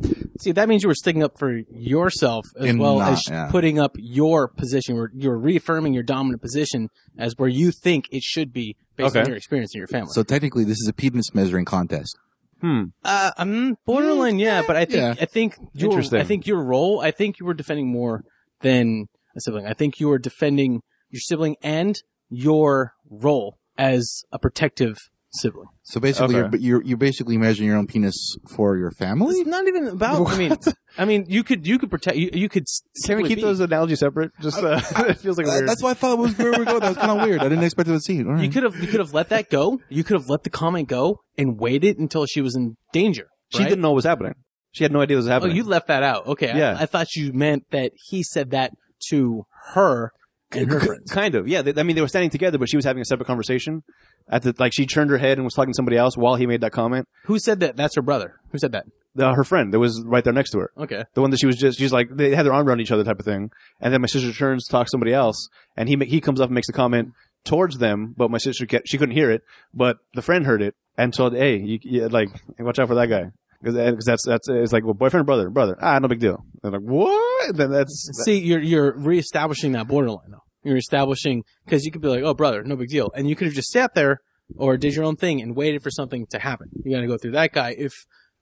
D: See, that means you were sticking up for yourself as
F: And
D: well
F: not-
D: as
F: yeah.
D: putting up your position. Where you're reaffirming your dominant position as where you think it should be based on
E: Okay.
D: your experience and your family.
F: So technically, this is a penis measuring contest.
D: uh, I'm borderline, yeah, but I think
F: Yeah.
D: I think your
E: Interesting.
D: I think your role. I think you were defending more than a sibling. I think you were defending your sibling and your role as a protective sibling.
F: So basically,
E: Okay.
F: you're, you're you're basically measuring your own penis for your family.
D: It's not even about. I mean, I mean, you could you could protect. You, you could.
E: Can we
D: simply
E: keep
D: be-
E: those analogies separate? Just uh, it feels like
F: Uh,
E: weird.
F: That's why I thought it was where we were going. That was kind of weird. I didn't expect it to see. All right.
D: You could have you could have let that go. You could have let the comment go and waited until she was in danger.
E: she
D: right?
E: didn't know what was happening. She had no idea what was
D: Oh,
E: happening.
D: you left that out. Okay. I-
E: Yeah.
D: I, thought you meant that he said that to her and her friends.
E: Kind of, yeah. They, I mean, they were standing together, but she was having a separate conversation. At the like, she turned her head and was talking to somebody else while he made that comment.
D: Who said that? That's her brother. Who said that?
E: Uh, her friend that was right there next to her,
D: Okay.
E: the one that she was just, she's like, they had their arm around each other type of thing. And then my sister turns, to talk to somebody else, and he ma- he comes up and makes a comment towards them, but my sister kept, she couldn't hear it, but the friend heard it and told, hey, you, you, like, watch out for that guy. Because that's that's it's like well boyfriend or brother brother ah no big deal they're like what then that's
D: See, you're you're reestablishing that borderline though. You're establishing because you could be like, "Oh, brother, no big deal," and you could have just sat there or did your own thing and waited for something to happen. You got to go through that guy if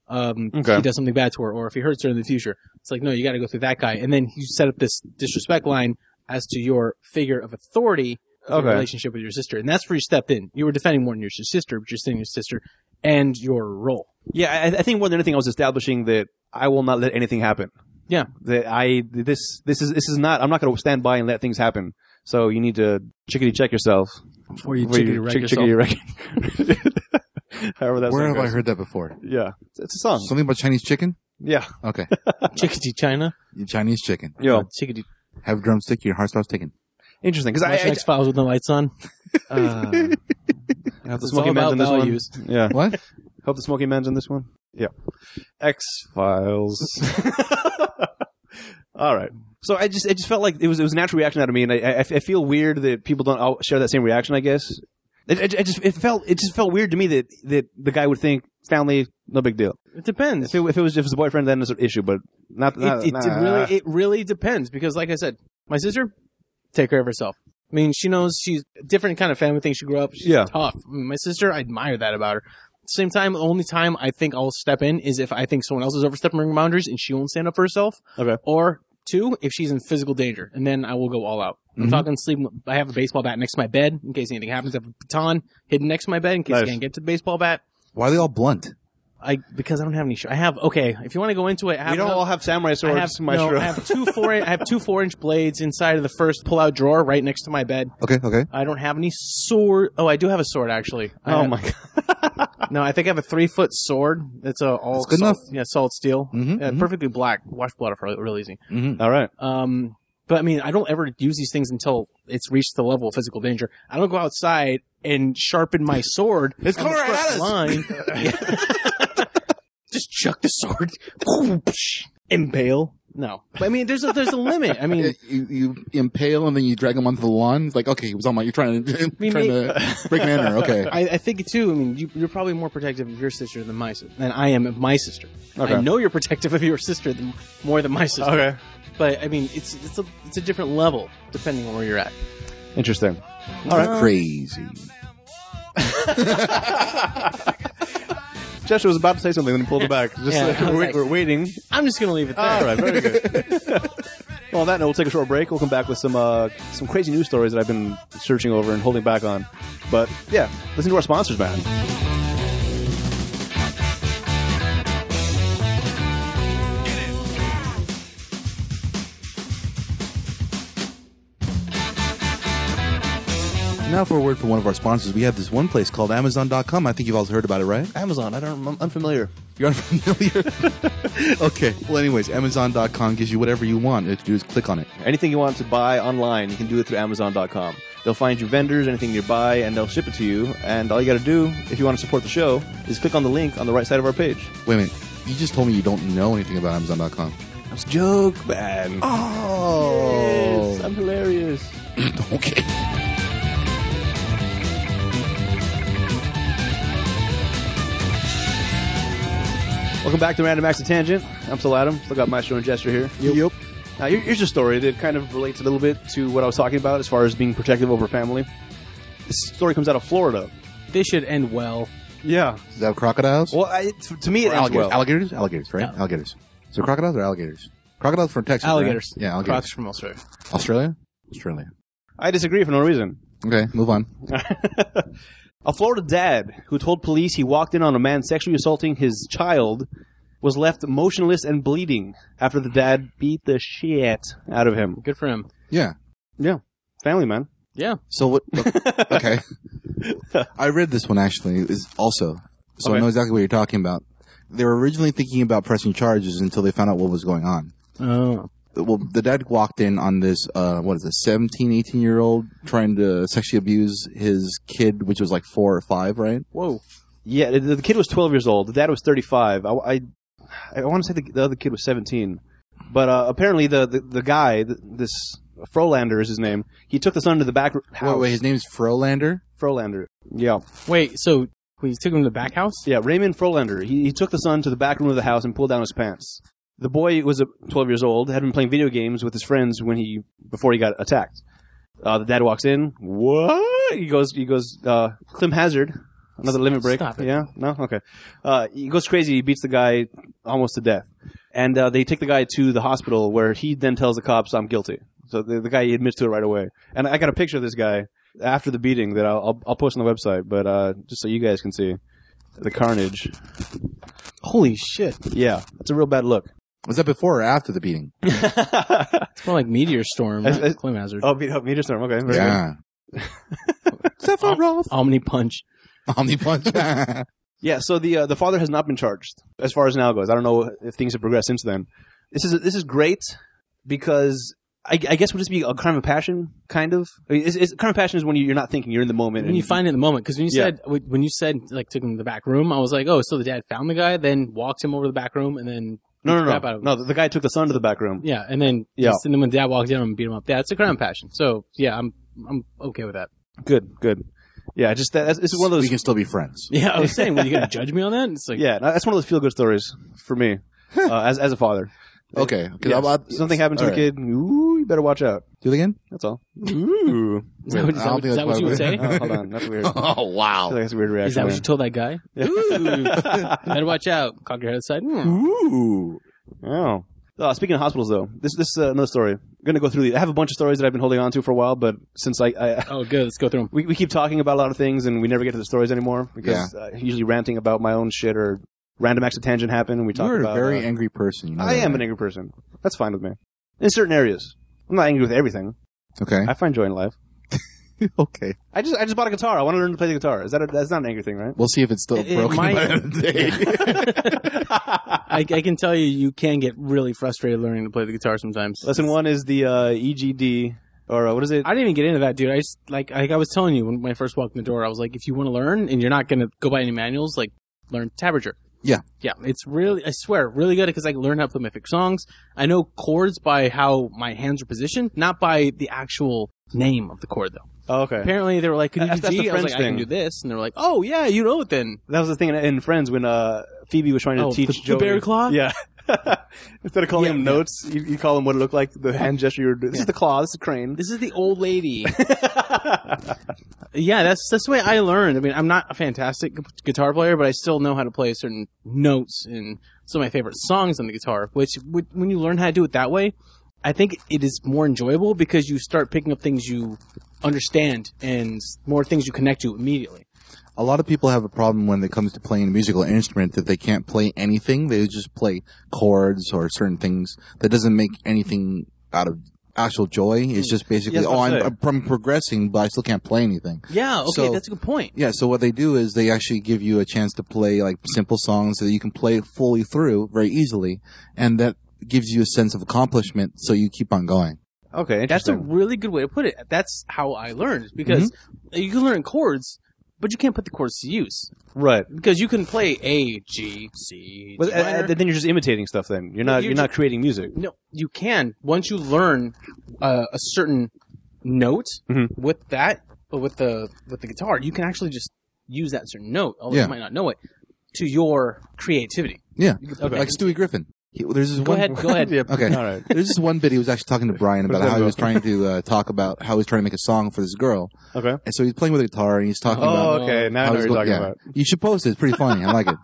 D: um,
E: Okay.
D: he does something bad to her, or if he hurts her in the future. It's like, no, you got to go through that guy, and then you set up this disrespect line as to your figure of authority of your
E: Okay.
D: relationship with your sister, and that's where you stepped in. You were defending more than your sister, but you're saying your sister and your role.
E: Yeah, I, I think more than anything, I was establishing that I will not let anything happen.
D: Yeah.
E: that I this this is this is not. I'm not going to stand by and let things happen. So you need to chickity check yourself.
D: Before you
E: Where
D: chickity
E: you-
D: wreck
E: chick-
D: yourself.
E: chickity wreck. However, that's
F: Where have I heard that before?
E: Yeah, it's, it's a song.
F: Something about Chinese chicken?
E: yeah,
F: Okay.
D: chickity China,
F: Your Chinese chicken.
E: yeah.
D: chickity.
F: Have drumstick, your heart stops ticking.
E: Interesting because I,
D: Watch
E: I,
D: X Files with the lights on.
E: uh, I hope the
D: It's
E: smoking man's
D: all about
E: in this
D: values.
E: one. Yeah,
F: What?
E: hope the smoking man's in this one. Yeah, X Files. All right. So I just it just felt like it was it was a natural reaction out of me, and I I, I feel weird that people don't all share that same reaction. I guess it, it, it just it felt it just felt weird to me that that the guy would think family no big deal.
D: It depends.
E: If it, if it was if it was a boyfriend, then it's an issue, but not not-
D: it, it,
E: nah.
D: it really it really depends because like I said, my sister take care of herself. I mean, she knows she's a different kind of family thing. She grew up. She's
E: Yeah.
D: tough. I mean, my sister, I admire that about her. At the same time, the only time I think I'll step in is if I think someone else is overstepping her boundaries and she won't stand up for herself.
E: Okay.
D: Or two, if she's in physical danger, and then I will go all out. I'm
E: Mm-hmm.
F: Mhm.
D: talking sleep. I have a baseball bat next to my bed in case anything happens. I have a baton hidden next to my bed in case I
E: Nice.
D: can't get to the baseball bat.
F: Why are they all blunt?
D: I because I don't have any. Sh- I have okay. If you want to go into it, I have
E: we don't
D: another-
E: all have samurai
D: I
E: swords.
D: have,
E: my
D: no,
E: shrew.
D: I have two four. I have two four inch blades inside of the first pull out drawer right next to my bed.
F: Okay, okay.
D: I don't have any sword. Oh, I do have a sword actually. I
E: oh
D: have-
E: my god!
D: No, I think I have a three foot sword. It's a all
F: That's good
D: salt,
F: enough.
D: Yeah, solid steel.
E: Mm-hmm,
F: Mhm,
D: Yeah,
F: mhm.
D: perfectly black. Wash blood off real, real easy.
F: Mm-hmm.
E: All right.
D: Um, but I mean, I don't ever use these things until it's reached the level of physical danger. I don't go outside and sharpen my sword.
F: It's
D: on the
F: coming right
D: front
F: at us.
D: line. Yeah. Just chuck the sword, impale. No, but I mean, there's a there's a limit. I mean,
F: Uh, You, you impale and then you drag him onto the lawn. It's like, okay, he was on my. You're trying to
D: mean,
F: trying to break manner. Okay,
D: I, I think too. I mean, you, you're probably more protective of your sister than my sister, than I am of my sister.
E: Okay.
D: I know you're protective of your sister than, more than my sister.
E: Okay.
D: But I mean, it's it's a it's a different level depending on where you're at.
E: Interesting.
F: all right, crazy.
E: Joshua was about to say something when he pulled it back. Just
D: Yeah,
E: like,
D: I was
E: we're,
D: like-
E: we're waiting.
D: I'm just gonna leave it there.
E: All right, very good. Ah. well, on that note, we'll take a short break. We'll come back with some uh, some crazy news stories that I've been searching over and holding back on. But yeah, listen to our sponsors, man.
F: Now for a word from one of our sponsors, we have this one place called Amazon.com. I think you've all heard about it, right?
E: Amazon. I don't. I'm unfamiliar.
F: You're unfamiliar. okay. Well, anyways, Amazon.com gives you whatever you want. All you have to do is click on it.
E: Anything you want to buy online, you can do it through Amazon.com. They'll find you vendors, anything you buy, and they'll ship it to you. And all you got to do, if you want to support the show, is click on the link on the right side of our page.
F: Wait a minute. You just told me you don't know anything about Amazon.com.
E: That's a joke, man.
F: Oh.
E: I'm hilarious.
F: Okay.
E: Welcome back to Random Acts of Tangent. I'm still Adam. Still got Maestro and Jester here.
F: Yep.
E: Now, here- here's a story that kind of relates a little bit to what I was talking about as far as being protective over family. This story comes out of Florida.
D: They should end well.
E: Yeah.
F: Does that have crocodiles?
E: Well, I, t- to me, it
F: Or
E: ends
F: alligators.
E: well.
F: alligators? Alligators, right?
D: No.
F: Alligators. So crocodiles or alligators? Crocodiles from Texas. right?
D: Alligators.
F: Yeah, alligators.
D: Crocs from Australia.
F: Australia? Australia.
E: I disagree for no reason.
F: Okay, move on.
E: A Florida dad who told police he walked in on a man sexually assaulting his child was left motionless and bleeding after the dad beat the shit out of him.
D: Good for him.
F: Yeah.
E: Yeah. Family, man.
D: Yeah.
F: So what? Okay. I read this one actually is also, so I
E: Okay.
F: know exactly what you're talking about. They were originally thinking about pressing charges until they found out what was going on.
D: Oh.
F: Well, the dad walked in on this, uh, what is it, 17, 18 year old trying to sexually abuse his kid, which was like four or five, right?
D: Whoa.
E: Yeah, the, the kid was 12 years old. The dad was 35. I, I, want to say the, the other kid was 17. But uh, apparently the, the, the guy, th this Frolander is his name, he took the son to the back r- house.
F: Wait, wait, his name's Frolander?
E: Frolander. Yeah.
D: Wait. So we took him to the back house.
E: Yeah, Raymond Frolander. He, he took the son to the back room of the house and pulled down his pants. The boy was uh, 12 years old, had been playing video games with his friends when he before he got attacked. Uh, the dad walks in. What? He goes. He goes. Uh, Clem Hazard. Another limit break.
D: Stop it.
E: Yeah. No. Okay. Uh, he goes crazy. He beats the guy almost to death, and uh, they take the guy to the hospital where he then tells the cops, "I'm guilty." So the, the guy admits to it right away. And I got a picture of this guy after the beating that I'll, I'll, I'll post on the website, but uh, just so you guys can see the carnage.
D: Holy shit.
E: Yeah, it's a real bad look.
F: Was that before or after the beating?
D: It's more like meteor storm.
E: I- I-
D: Clim hazard.
E: oh, beat up meter storm. Okay, very good.
F: yeah. Sephiroth.
D: Omni punch.
F: Omnipunch.
E: Yeah, so the uh, the father has not been charged as far as now goes. I don't know if things have progressed since then. This is this is great because I, I guess it would just be a crime of passion, kind of. I mean, it's, it's, crime of passion is when you, you're not thinking, you're in the moment.
D: When you find it in the moment, because when you
E: Yeah.
D: said when you said like took him to the back room, I was like, oh, so the dad found the guy, then walked him over to the back room, and then
E: no, no,
D: crap out
E: no,
D: of him.
E: no. The, the guy took the son to the back room.
D: yeah, and then
E: Yeah.
D: just- and then when dad walked in and beat him up, that's a crime passion. So yeah, I'm I'm okay with that.
E: Good, good. Yeah, just that. That's, this is one of those.
F: we can still be friends.
D: Yeah, I was saying, were you gonna judge me on that? It's like,
E: yeah, that's one of those feel good stories for me uh, as as a father.
F: Okay. 'cause
E: Yeah,
F: I'm about-
E: something happened to a
F: All right.
E: kid. Ooh, you better watch out.
F: Do it again?
E: That's all. Ooh.
D: is that what, is
F: I don't
D: that what-
F: think
D: is
F: that's
D: that what you would
F: what I
D: say?
E: Oh, hold on, that's weird. I
F: Oh,
E: feel
F: wow.
E: like that's a weird reaction.
D: Is that what you told that guy? Ooh, better watch out. Cock your head aside. Hmm.
E: Ooh. Oh. Uh, speaking of hospitals, though, this this uh, another story. I'm gonna go through these. I have a bunch of stories that I've been holding on to for a while, but since I, I
D: Oh, good. Let's go through them.
E: we, we keep talking about a lot of things and we never get to the stories anymore because uh, usually ranting about my own shit or random acts of tangent happen and we talk
F: You're a
E: about.
F: very
E: uh,
F: angry person. You know
E: I
F: that,
E: am an
F: right?
E: angry person. That's fine with me. In certain areas, I'm not angry with everything.
F: Okay.
E: I find joy in life.
F: okay.
E: I just I just bought a guitar. I want to learn to play the guitar. Is that a, that's not an angry thing, right?
F: We'll see if it's still
D: It- it
F: broken
D: might-
F: by the end of the day.
D: I, I can tell you, you can get really frustrated learning to play the guitar sometimes.
E: Lesson one is the uh, EGD or uh, what is it?
D: I didn't even get into that, dude. I just like like I was telling you when, when I first walked in the door, I was like, if you want to learn and you're not gonna go by any manuals, like learn tablature.
F: Yeah.
D: yeah. It's really, I swear, really good because I can learn how to play mythic songs. I know chords by how my hands are positioned, not by the actual name of the chord though.
E: oh, okay.
D: Apparently, they were like, "Can you
E: That's- that's
D: do
E: the
D: D?" I was
E: French
D: like, "I can
E: thing.
D: do this," and they were like, "Oh yeah, you know it then."
E: That was the thing in, in Friends when uh, Phoebe was trying to
D: Oh,
E: teach
D: the- the
E: Joey.
D: bear claw?
E: Yeah. Instead of calling
D: Yeah,
E: him
D: yeah.
E: notes, you, you call him what it looked like, the hand gesture you were doing. This is the claw, this is the crane.
D: This is the old lady. yeah, that's that's the way I learned. I mean, I'm not a fantastic gu- guitar player, but I still know how to play certain notes and some of my favorite songs on the guitar. Which, wh- when you learn how to do it that way, I think it is more enjoyable because you start picking up things you understand and more things you connect to immediately.
F: a lot of people have a problem when it comes to playing a musical instrument that they can't play anything. They just play chords or certain things that doesn't make anything out of actual joy. It's just basically,
E: Yes,
F: oh, I'm,
E: that's it.
F: I'm pro- progressing, but I still can't play anything.
D: Yeah, okay,
F: So-
D: that's a good point.
F: Yeah, so what they do is they actually give you a chance to play like simple songs that you can play fully through very easily, and that gives you a sense of accomplishment, so you keep on going.
E: Okay,
D: That's a
E: interesting.
D: really good way to put it. That's how I learned because you can learn chords, but you can't put the chords to use.
E: right.
D: because you can play A, G, C.
E: But,
D: G
E: uh, uh,
D: minor.
E: then you're just imitating stuff. Then you're not
D: You're
E: you're, not creating music.
D: no, you can once you learn uh, a certain note
F: Mm-hmm.
E: Mhm.
D: with that, but with the with the guitar, you can actually just use that certain note, although
F: Yeah.
D: you might not know it, to your creativity.
F: Yeah,
D: You can put
F: like
D: that-
F: Stewie Griffin. He- there's this
D: Go
F: one.
D: ahead, go ahead.
E: Yep.
F: Okay.
E: All right.
F: There's this one bit he was actually talking to Brian about
E: does that
F: how he was
E: about?
F: trying to uh, talk about how he was trying to make a song for this girl.
E: Okay.
F: And so he's playing with a guitar and he's talking about
E: Oh, okay. Now I
F: how
E: know what
F: he's
E: you're
F: going-
E: talking
F: yeah.
E: about.
F: You should post it. It's pretty funny. I like it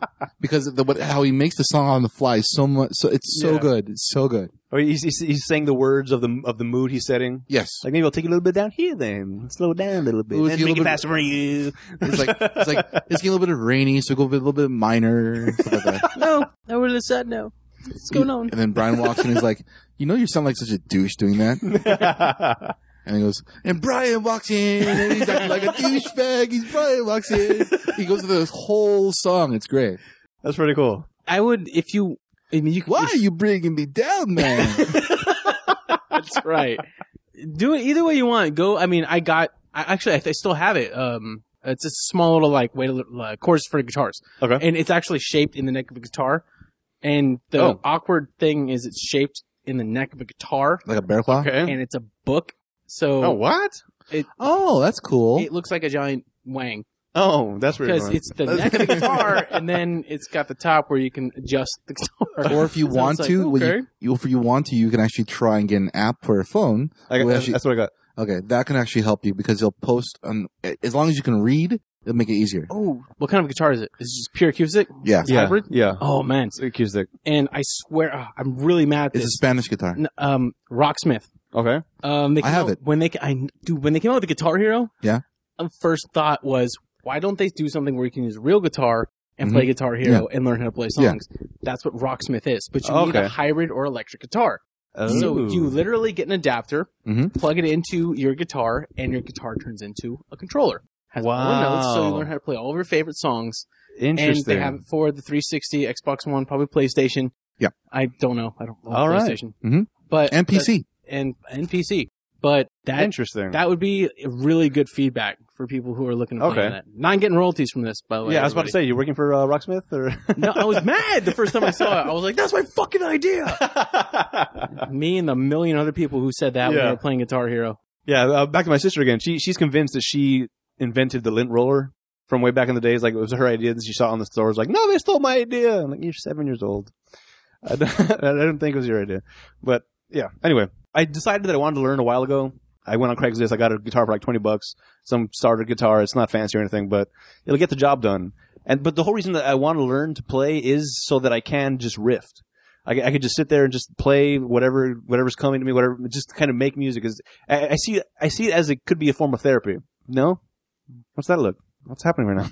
F: because of the, what, how he makes the song on the fly is so much. So it's so
E: Yeah.
F: good. It's so good.
E: Or Oh, he's, he's he's saying the words of the of the mood he's setting.
F: Yes.
E: Like maybe I'll take you a little bit down here, then slow it down a little bit,
F: Ooh,
E: then
F: it's a
E: make
F: little
E: it
F: bit-
E: faster for you.
F: It's like it's like it's getting a little bit rainy, so go a little bit minor. stuff like that.
D: No, I would have said no. What's going on?
F: And then Brian walks in. He's like, "You know, you sound like such a douche doing that." And he goes, and Brian walks in, and he's acting like a douchebag. He's Brian walks in. He goes through this whole song. It's great.
E: That's pretty cool.
D: I would if you. I mean, you.
F: Why
D: if-
F: are you bringing me down, man?
D: That's right. Do it either way you want. Go. I mean, I got. I actually, I, I still have it. Um, it's a small little like way uh, chorus for guitars,
E: Okay.
D: and it's actually shaped in the neck of a guitar. And the
E: Oh.
D: awkward thing is, it's shaped in the neck of a guitar,
F: like a bear claw?
E: Okay.
D: and it's a book. So
E: Oh what?
F: Oh, that's cool.
D: it looks like a giant wang
E: Oh, that's where you're
D: because
E: going.
D: it's the neck of the guitar, and then it's got the top where you can adjust the guitar.
F: Or if you
D: So
F: want
D: it's like,
F: to, well, you-
D: okay.
F: you, if you want to, you can actually try and get an app for a phone.
E: I got-
F: Well,
E: that's,
F: she-
E: that's what I got.
F: Okay, that can actually help you because they'll post on. As long as you can read, it'll make it easier.
D: Oh, what kind of guitar is it? Is it just pure acoustic?
F: Yeah,
D: Yeah. hybrid?
E: Yeah.
D: Oh man,
E: It's acoustic.
D: and I swear ah, I'm really mad. At
F: it's
D: this.
F: a Spanish guitar.
D: N- um, Rocksmith.
E: Okay.
D: Um, they
F: I
D: came
F: have
D: out-
F: it.
D: when they ca- I dude, when they came out with the Guitar Hero.
F: Yeah.
D: My first thought was, why don't they do something where you can use real guitar and
F: Mhm.
D: play Guitar Hero and learn how to play
F: Yeah.
D: songs? That's what Rocksmith is, but you need
E: Okay.
D: a hybrid or electric guitar. So you literally get an adapter,
F: Mhm.
D: plug it into your guitar, and your guitar turns into a controller. Has all the notes, so you
E: Wow.
D: learn how to play all of your favorite songs. And
E: interesting.
D: they have it for the 360, Xbox One, probably PlayStation.
F: Yeah.
D: I don't know. I don't know
E: All right. Mm-hmm.
D: PlayStation.
F: Mhm.
D: But
F: And PC.
D: and NPC. But that
E: interesting.
D: that would be really good feedback for people who are looking to play
E: Okay.
D: on that. Not getting royalties from this, by the way.
E: yeah, I was about to say, you're working for uh, Rocksmith, or
D: No, I was mad the first time I saw it. I was like, "That's my fucking idea." Me and the million other people who said that when
E: Yeah.
D: they were playing Guitar Hero.
E: yeah. Uh, back to my sister again. She she's convinced that she invented the lint roller from way back in the days. Like it was her idea that she saw in the store. It was like, no, they stole my idea. I'm like, you're seven years old. I don't, I don't think it was your idea, but yeah. Anyway, I decided that I wanted to learn a while ago. I went on Craigslist. I got a guitar for like twenty bucks, some starter guitar. It's not fancy or anything, but it'll get the job done. And but the whole reason that I want to learn to play is so that I can just riff. I, c- I could just sit there and just play whatever whatever's coming to me, whatever, just kind of make music. Is I, I see I see it as it could be a form of therapy. No, what's that look? What's happening right now?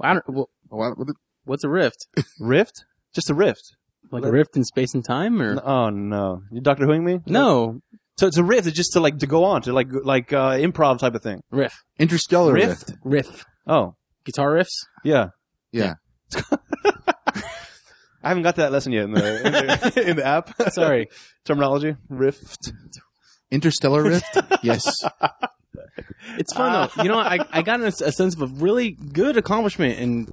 D: Well, I don't, well,
F: Oh, What- what-
D: what's a rift?
E: Rift? Just a rift?
D: Like a
E: Let-
D: rift in space and time, or
E: Oh no, you Doctor Whoing me?
D: no
E: So it's a rift. It's just to like to go on to like like uh, improv type of thing.
D: riff?
F: Interstellar
E: Rift?
F: Rift.
D: Riff
E: Oh
D: guitar riffs.
E: yeah,
F: Yeah.
E: I haven't got to that lesson yet in the in the, in the app.
D: Sorry,
E: terminology. Rift.
F: Interstellar Rift? yes.
D: It's fun though. You know, I I got a, a sense of a really good accomplishment, and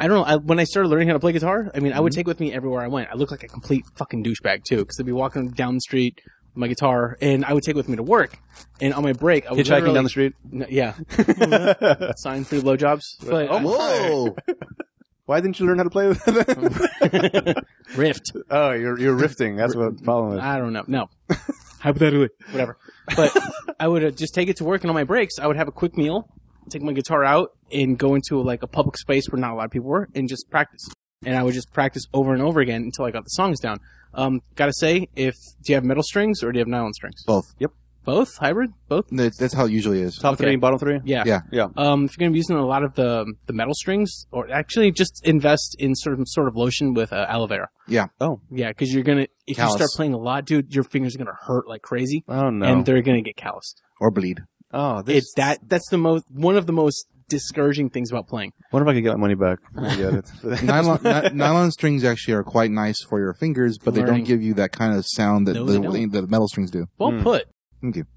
D: I don't know. I, when I started learning how to play guitar, I mean, I would
E: Mm-hmm.
D: take with me everywhere I went. I looked like a complete fucking douchebag too, because I'd be walking down the street with my guitar, and I would take it with me to work, and on my break, I would
E: Hitchhiking down the street.
D: street. Yeah, sign free blowjobs, Oh, but
E: uh,
D: I-
F: Whoa.
E: Why didn't you learn how to play with that?
D: rift.
E: oh, you're you're rifting. That's what the problem is.
D: I don't know. No,
E: Hypothetically.
D: whatever. But I would uh, just take it to work, and on my breaks, I would have a quick meal, take my guitar out, and go into like a public space where not a lot of people were, and just practice. And I would just practice over and over again until I got the songs down. Um, gotta say, if do you have metal strings or do you have nylon strings?
F: Both.
D: Both hybrid, both.
F: That's that's how it usually is.
E: Top
D: Okay.
E: three, bottom three.
D: Yeah.
F: Yeah.
E: Yeah.
D: Um, if you're gonna be using a lot of the the metal strings, or actually just invest in sort of sort of lotion with uh, aloe vera.
F: Yeah.
E: Oh.
D: Yeah, because you're gonna if
F: Callus.
D: you start playing a lot, dude, your fingers are gonna hurt like crazy,
E: Oh no.
D: and they're gonna get calloused.
F: Or bleed.
E: oh, this.
D: It's that that's the most one of the most discouraging things about playing.
E: Wonder if I could get my money back. I get it.
F: Nylon, ni- nylon strings actually are quite nice for your fingers, but they
D: Learning.
F: don't give you that kind of sound that
D: No,
F: the,
D: they don't.
F: the metal strings do.
D: Well
E: Hmm.
D: put.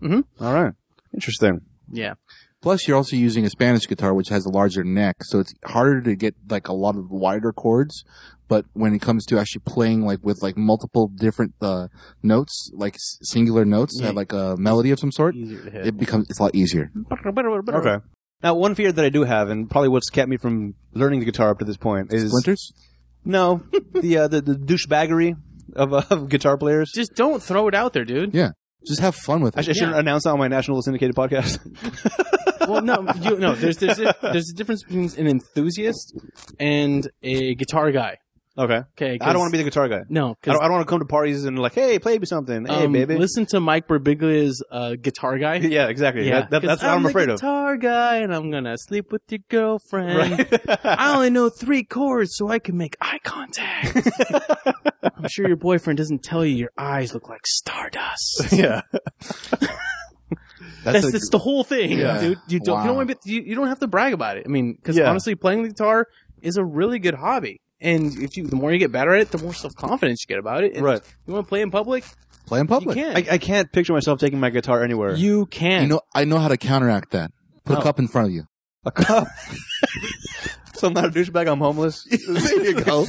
E: All right. Interesting.
D: Yeah.
F: Plus, you're also using a Spanish guitar, which has a larger neck, so it's harder to get like a lot of wider chords. But when it comes to actually playing like with like multiple different uh, notes, like s- singular notes,
D: Yeah.
F: that have, like a melody of some sort,
D: Easier to hit.
F: it becomes it's a lot easier.
E: Okay. Now, one fear that I do have, and probably what's kept me from learning the guitar up to this point, is
F: Splinters?
E: no the uh, the, the douchebaggery of, uh, of guitar players.
D: Just don't throw it out there, dude.
F: Just have fun with
E: I,
F: it.
E: sh- I shouldn't
D: Yeah.
E: announce that on my national syndicated podcast.
D: well, no, you, no. There's there's a, there's a difference between an enthusiast and a guitar guy.
E: Okay.
D: Okay,
E: I don't want to be the guitar guy.
D: be no.
E: I don't, I don't want to come to parties and like, hey, play me something. Hey,
D: um,
E: baby.
D: Listen to Mike Birbiglia's uh, guitar guy.
E: Yeah, exactly. That- that-
D: 'cause
E: that's what I'm,
D: the
E: afraid of.
D: Guitar guy, and I'm gonna sleep with your girlfriend.
E: Right.
D: I only know three chords, so I can make eye contact. I'm sure your boyfriend doesn't tell you your eyes look like stardust.
E: yeah.
D: That's,
F: like-
D: that's the whole thing,
F: Yeah.
D: dude. You don't you
F: Wow.
D: don't want to be, you, you don't have to brag about it. I mean, because
E: Yeah.
D: honestly, playing the guitar is a really good hobby, and if you the more you get better at it, the more self confidence you get about it. And
E: Right.
D: You want to play in public?
F: play in public.
D: You can.
E: I, I can't picture myself taking my guitar anywhere.
D: you can.
F: You know, I know how to counteract that. Put
E: Oh.
F: a cup in front of you.
E: a cup. so I'm not a douchebag. I'm homeless.
F: there you go.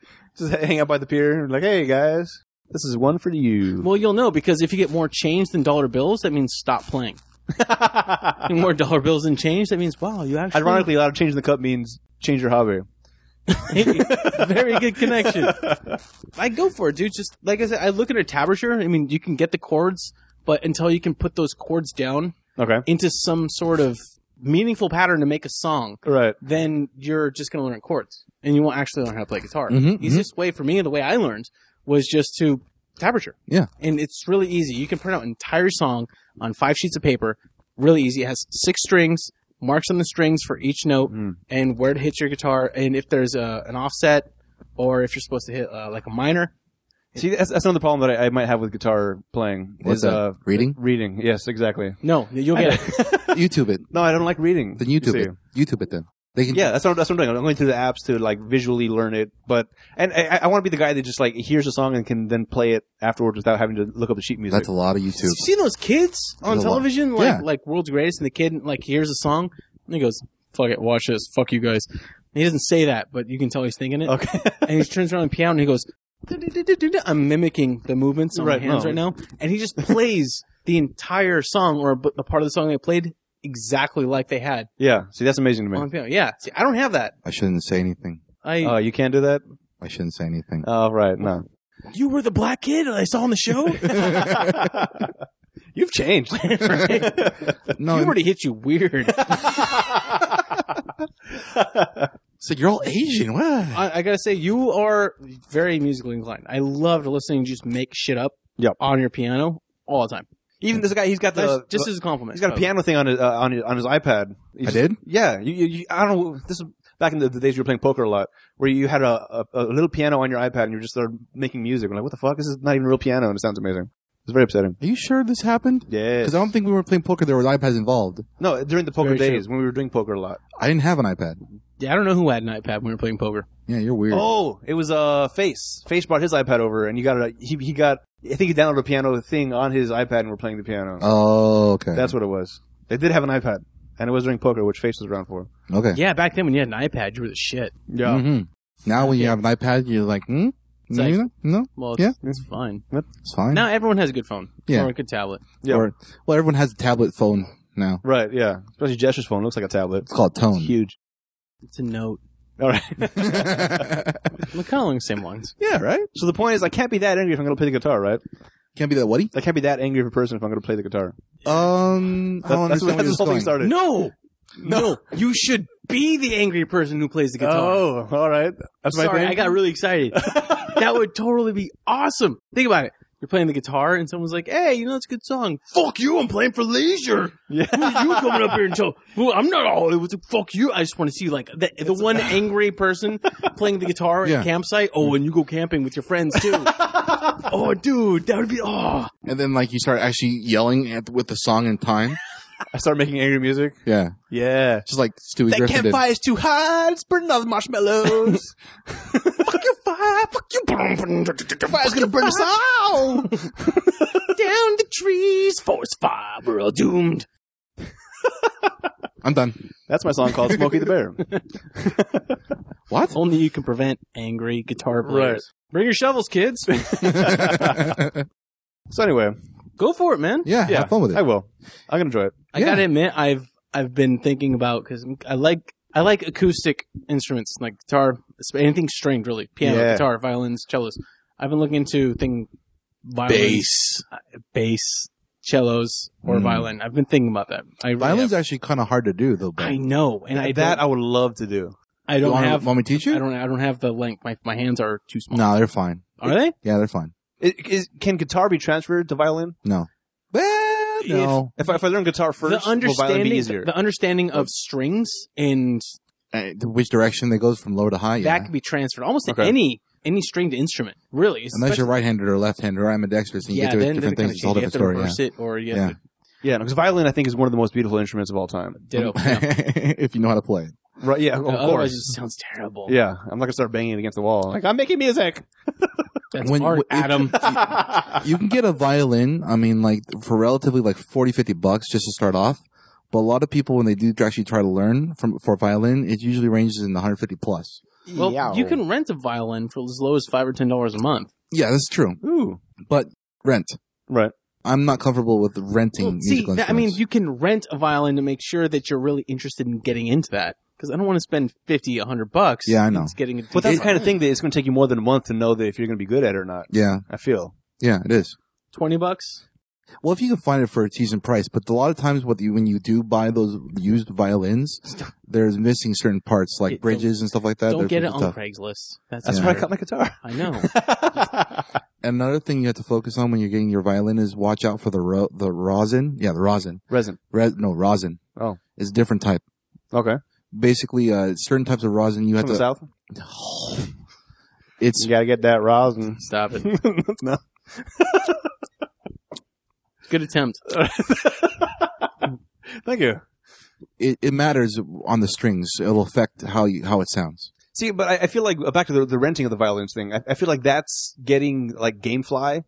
E: Just hang out by the pier. Like, hey guys, this is one for you.
D: well, you'll know because if you get more change than dollar bills, that means stop playing. And more dollar bills than change, that means wow, you actually.
E: Ironically, a lot of changing the cup means change your hobby.
D: very good connection. I go for it, dude. Just like I said, I look at a tablature. I mean, you can get the chords, but until you can put those chords down,
E: Okay.
D: into some sort of meaningful pattern to make a song,
E: Right.
D: then you're just going to learn chords and you won't actually learn how to play guitar.
F: Mhm,
D: Easiest way for me, the way I learned, was just to tablature.
F: Yeah.
D: And it's really easy. You can print out an entire song on five sheets of paper, really easy. It has six strings, marks on the strings for each note,
E: Mm.
D: and where to hit your guitar, and if there's a, an offset, or if you're supposed to hit uh, like a minor.
E: See, that's, that's another problem that I, I might have with guitar playing.
F: What's
E: is,
F: that?
E: Uh,
F: Reading?
E: Reading. Yes, exactly.
D: No, you'll get it.
F: YouTube it.
E: No, I don't like reading.
F: Then
E: you
F: YouTube
E: see.
F: it. YouTube it then. They can.
E: Yeah, that's what, that's what I'm doing. I'm going through the apps to like visually learn it, but and I, I want to be the guy that just like hears a song and can then play it afterwards without having to look up the sheet music.
F: That's a lot of YouTube.
D: you seen those kids on
F: There's a lot.
D: television, like
F: Yeah.
D: like World's Greatest, and the kid like hears a song and he goes, "Fuck it, watch this, fuck you guys." And he doesn't say that, but you can tell he's thinking it.
E: okay.
D: And he turns around and piano and he goes, "Du-du-du-du-du-du." "I'm mimicking the movements on
E: Right, Oh.
D: my hands
E: no.
D: right now," and he just plays the entire song or b- the part of the song they played exactly like they had
E: yeah. See, that's amazing to me.
D: on piano. Yeah, see, I don't have that.
F: I shouldn't say anything.
D: I
E: Oh, you can't do that.
F: I shouldn't say anything.
E: Oh, right. No.
D: you were the black kid I saw on the show.
E: You've changed.
D: Right?
F: no,
D: You already hit you weird.
F: it's like you're all Asian. What?
D: I, I gotta say, you are very musically inclined. I loved listening to you just make shit up
E: Yep.
D: on your piano all the time.
E: Even this guy, he's got
D: That's-
E: the
D: just
E: the-
D: as a compliment.
E: he's got a
D: by the way.
E: piano thing on his uh, on his on his iPad. He's
F: I did?
E: Yeah. You, you, you, I don't know. This is back in the, the days you were playing poker a lot, where you had a, a, a little piano on your iPad and you were just there making music. I'm like, what the fuck? This is not even real piano, and it sounds amazing. It's very upsetting.
F: Are you sure this happened?
E: Yeah.
F: Because I don't think we were playing poker. There was iPads involved.
E: No, during the poker
D: Very true.
E: days when we were doing poker a lot.
F: I didn't have an iPad.
D: Yeah, I don't know who had an iPad when we were playing poker.
F: Yeah, you're weird.
E: Oh, it was uh Face. Face brought his iPad over, and you got a he he got. I think he downloaded a piano thing on his iPad, and we're playing the piano.
F: Oh, okay.
E: That's what it was. They did have an iPad, and it was during poker, which Face was around for.
F: okay.
D: Yeah, back then when you had an iPad, you were the shit.
E: Yeah.
F: hmm Now when you have an iPad, you're like, hmm?
D: It's
F: No,
D: like-
F: you know? no,
D: Well, it's, it's fine.
F: it's fine.
D: Now everyone has a good phone
F: Yeah.
D: or a good tablet.
E: Yeah.
F: Or, well, everyone has a tablet phone now.
E: Right. Yeah. Especially Jester's phone looks like a tablet.
F: It's called Tone.
E: Huge.
D: It's a note.
E: All right.
F: Can't
D: I'm kind of along the same lines.
E: yeah. Right. So the point is, I can't be that angry if I'm going to play the guitar, right?
F: be that Woody.
E: I can't be that angry of a person if I'm going to play the guitar.
F: Um, I don't
E: that's
F: understand
E: that's
F: where
E: the
F: this
E: whole
F: is
E: thing started.
F: going.
D: No, no, you should be the angry person who plays the guitar.
E: Oh, all right. That's my
D: Sorry,
E: thing.
D: I got really excited. that would totally be awesome. Think about it. You're playing the guitar and someone's like, "Hey, you know it's a good song." Fuck you! I'm playing for leisure. Who
E: yeah.
D: are you coming up here and tell? Well, I'm not all. It was fuck you. I just want to see like the, the one angry person playing the guitar at
F: Yeah.
D: a campsite. Oh, and you go camping with your friends too. oh, dude, that would be oh.
F: And then like you start actually yelling at, with the song in time.
E: I started making angry music.
F: yeah.
E: Yeah.
F: Just like Stewie Griffin did.
E: is too hot. It's burning all the marshmallows.
D: Fuck your fire. Fuck you. Fire's gonna burn us all down the trees. Forest fire. We're all doomed.
F: I'm done.
E: That's my song called Smokey the Bear.
F: What?
D: Only you can prevent angry guitar players. Bring your shovels, kids.
E: So anyway,
D: Go for it, man.
F: yeah,
E: yeah,
F: Have fun with it.
E: I will. I'm gonna enjoy it.
D: I
F: Yeah.
D: gotta admit, I've I've been thinking about because I like I like acoustic instruments like guitar, sp- anything stringed really, piano,
E: Yeah.
D: guitar, violins, cellos. I've been looking into thing violins,
F: Bass.
D: bass, cellos, or
F: Mm.
D: violin. I've been thinking about that. I really
F: Violin's
D: have.
F: actually kind of hard to do though. but-
D: I know, and I
E: that
D: don't-
E: I would love to do.
D: I don't
F: you wanna-
D: have.
F: Want me to teach you?
D: I don't. I don't have the length. My my hands are too small.
F: No, they're fine.
D: Are they?
F: Yeah, they're fine.
E: I- is- can guitar be transferred to violin?
F: No. Well, no.
E: If, if, I, if I learn guitar first,
D: the
E: will violin
D: understanding,
E: be easier?
D: the understanding of strings, and
F: Uh, which direction that goes from low to high? Yeah.
D: that can be transferred almost to
E: Okay.
D: any any stringed instrument. Really,
F: Unless you're right-handed or left-handed or ambidextrous, and you
D: yeah,
F: get to
D: then,
F: different
D: then
F: things. It's a whole different story. Yeah.
D: You have to reverse it, or you
F: Yeah.
D: have
E: yeah, because violin I think is one of the most beautiful instruments of all time.
D: to ditto. yeah.
F: if you know how to play it.
E: Right? Yeah, of
D: Otherwise,
E: course.
D: it just sounds terrible.
E: Yeah, I'm not gonna start banging it against the wall. Like I'm making music.
D: That's
F: When-
D: art,
F: if-
D: Adam.
F: You can get a violin, I mean, like, for relatively like 40, 50 bucks just to start off. But a lot of people, when they do actually try to learn from for violin, it usually ranges in the 150 plus.
D: well, you can rent a violin for as low as five or ten dollars a month.
F: Yeah, that's true.
E: Ooh.
F: But rent.
E: Right.
F: I'm not comfortable with renting
D: Well, see,
F: musical
D: that- I mean,
F: instruments.
D: you can rent a violin to make sure that you're really interested in getting into that. Because I don't want to spend fifty, a hundred bucks.
F: Yeah, I know.
D: It's getting a
E: But that's
D: decent
E: the kind of thing that it's gonna take you more than a month to know that if you're gonna be good at it or not.
F: yeah,
E: I feel.
F: yeah, it is.
D: twenty bucks.
F: Well, if you can find it for a decent price, but a lot of times, what you, when you do buy those used violins, there's missing certain parts like
D: Yeah, don't-
F: bridges and stuff like that.
D: Don't
F: They're
D: get it
F: pretty
D: on
F: tough.
D: Craigslist. That's,
E: That's
F: Yeah.
E: where I
D: better.
E: cut my guitar.
D: I know.
F: Another thing you have to focus on when you're getting your violin is watch out for the ro- the rosin. Yeah, the rosin.
E: Resin.
F: Re- no, rosin.
E: Oh.
F: it's a different type.
E: Okay.
F: Basically, uh, certain types of rosin you have
E: From the
F: to.
E: south.
F: It's
E: You gotta get that rosin.
D: Stop it.
E: no.
D: Good attempt.
E: Thank you.
F: it, it matters on the strings. It'll affect how you how it sounds.
E: See, but I, I feel like uh, back to the, the renting of the violins thing. I, I feel like that's getting like GameFly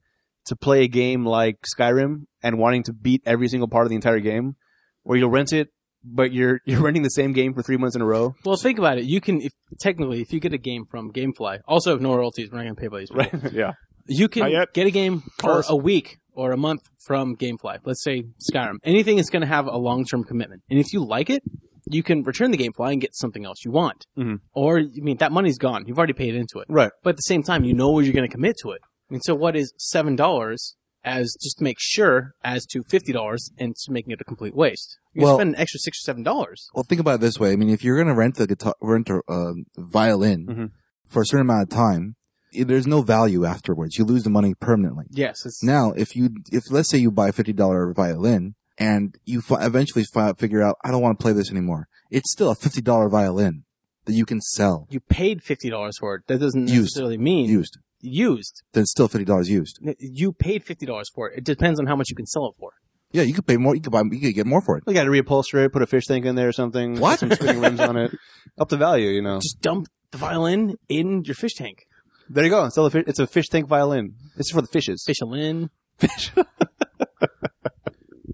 E: to play a game like Skyrim and wanting to beat every single part of the entire game, where you'll rent it, but you're you're renting the same game for three months in a row.
D: Well, think about it. You can if, technically, if you get a game from GameFly, also have no royalties. We're not going to pay by these. people.
E: yeah.
D: You can
E: Not yet.
D: get a game for
E: Close.
D: a week or a month from GameFly. Let's say Skyrim. Anything that's going to have a long-term commitment, and if you like it, you can return the GameFly and get something else you want.
E: Mhm.
D: Or I mean, that money's gone. You've already paid into it.
E: Right.
D: But at the same time, you know you're going to commit to it. I mean, so what is seven dollars as just to make sure as to fifty dollars and it's making it a complete waste? You
F: Well-
D: spend an extra six or seven dollars.
F: Well, think about it this way. I mean, if you're going to rent the guitar, rent a uh, violin
E: Mhm.
F: for a certain amount of time, i- there's no value afterwards. You lose the money permanently.
D: Yes. It's,
F: Now, if you, if let's say you buy a fifty dollar violin and you fi- eventually fi- figure out, I don't want to play this anymore. It's still a fifty dollar violin that you can sell
D: you paid fifty dollars for it. That doesn't
F: Used.
D: necessarily mean
F: used.
D: used.
F: Then it's still fifty dollars used.
D: You paid fifty dollars for it. It depends on how much you can sell it for.
F: Yeah, you could pay more. You could buy. You could get more for it.
E: You gotta reupholster it, put a fish tank in there or something. put
F: What?
E: Some spinning rims on it. Up the value, you
F: Oh.
E: know.
D: Just dump the violin in your fish tank.
E: There you go. Sell the fish. It's a fish tank violin. It's for the fishes.
D: Fish in.
E: Fish.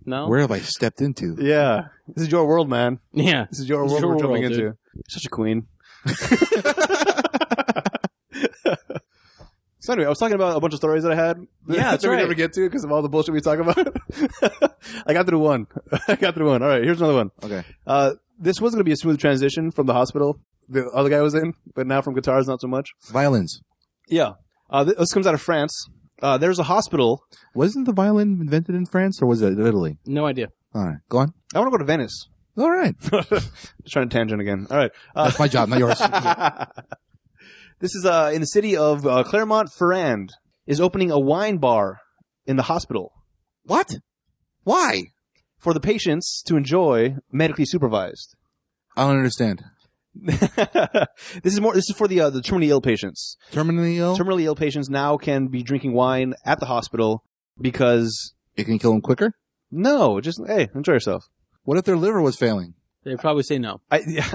D: No.
F: Where have I stepped into?
E: yeah. This is your world, man.
D: yeah.
E: This is your
D: This
E: world
D: is your
E: we're jumping
D: world,
E: into.
D: dude.
E: Such a queen. so anyway, I was talking about a bunch of stories that I had.
D: Yeah, that's
E: that we
D: right.
E: never get to because of all the bullshit we talk about. I got through one. I got through one. All right, here's another one.
F: Okay.
E: Uh, this was going to be a smooth transition from the hospital the other guy was in, but now from guitars, not so much.
F: Violins.
E: Yeah. Uh, th- this comes out of France. Uh, there's a hospital.
F: Wasn't the violin invented in France or was it Italy?
D: No idea.
F: All right, go on.
E: I want to go to Venice.
F: All right,
E: Just trying to tangent again. All right. Uh,
F: that's my job, not yours.
E: this is uh, in the city of uh, Clermont-Ferrand. Is opening a wine bar in the hospital
F: what? Why?
E: for the patients to enjoy, medically supervised.
F: I don't understand.
E: this is more. This is for the uh, the terminally ill patients.
F: Terminally ill.
E: Terminally ill patients now can be drinking wine at the hospital because
F: it can kill them quicker.
E: no, just hey, enjoy yourself.
F: What if their liver was failing?
D: They probably say no.
E: I, yeah.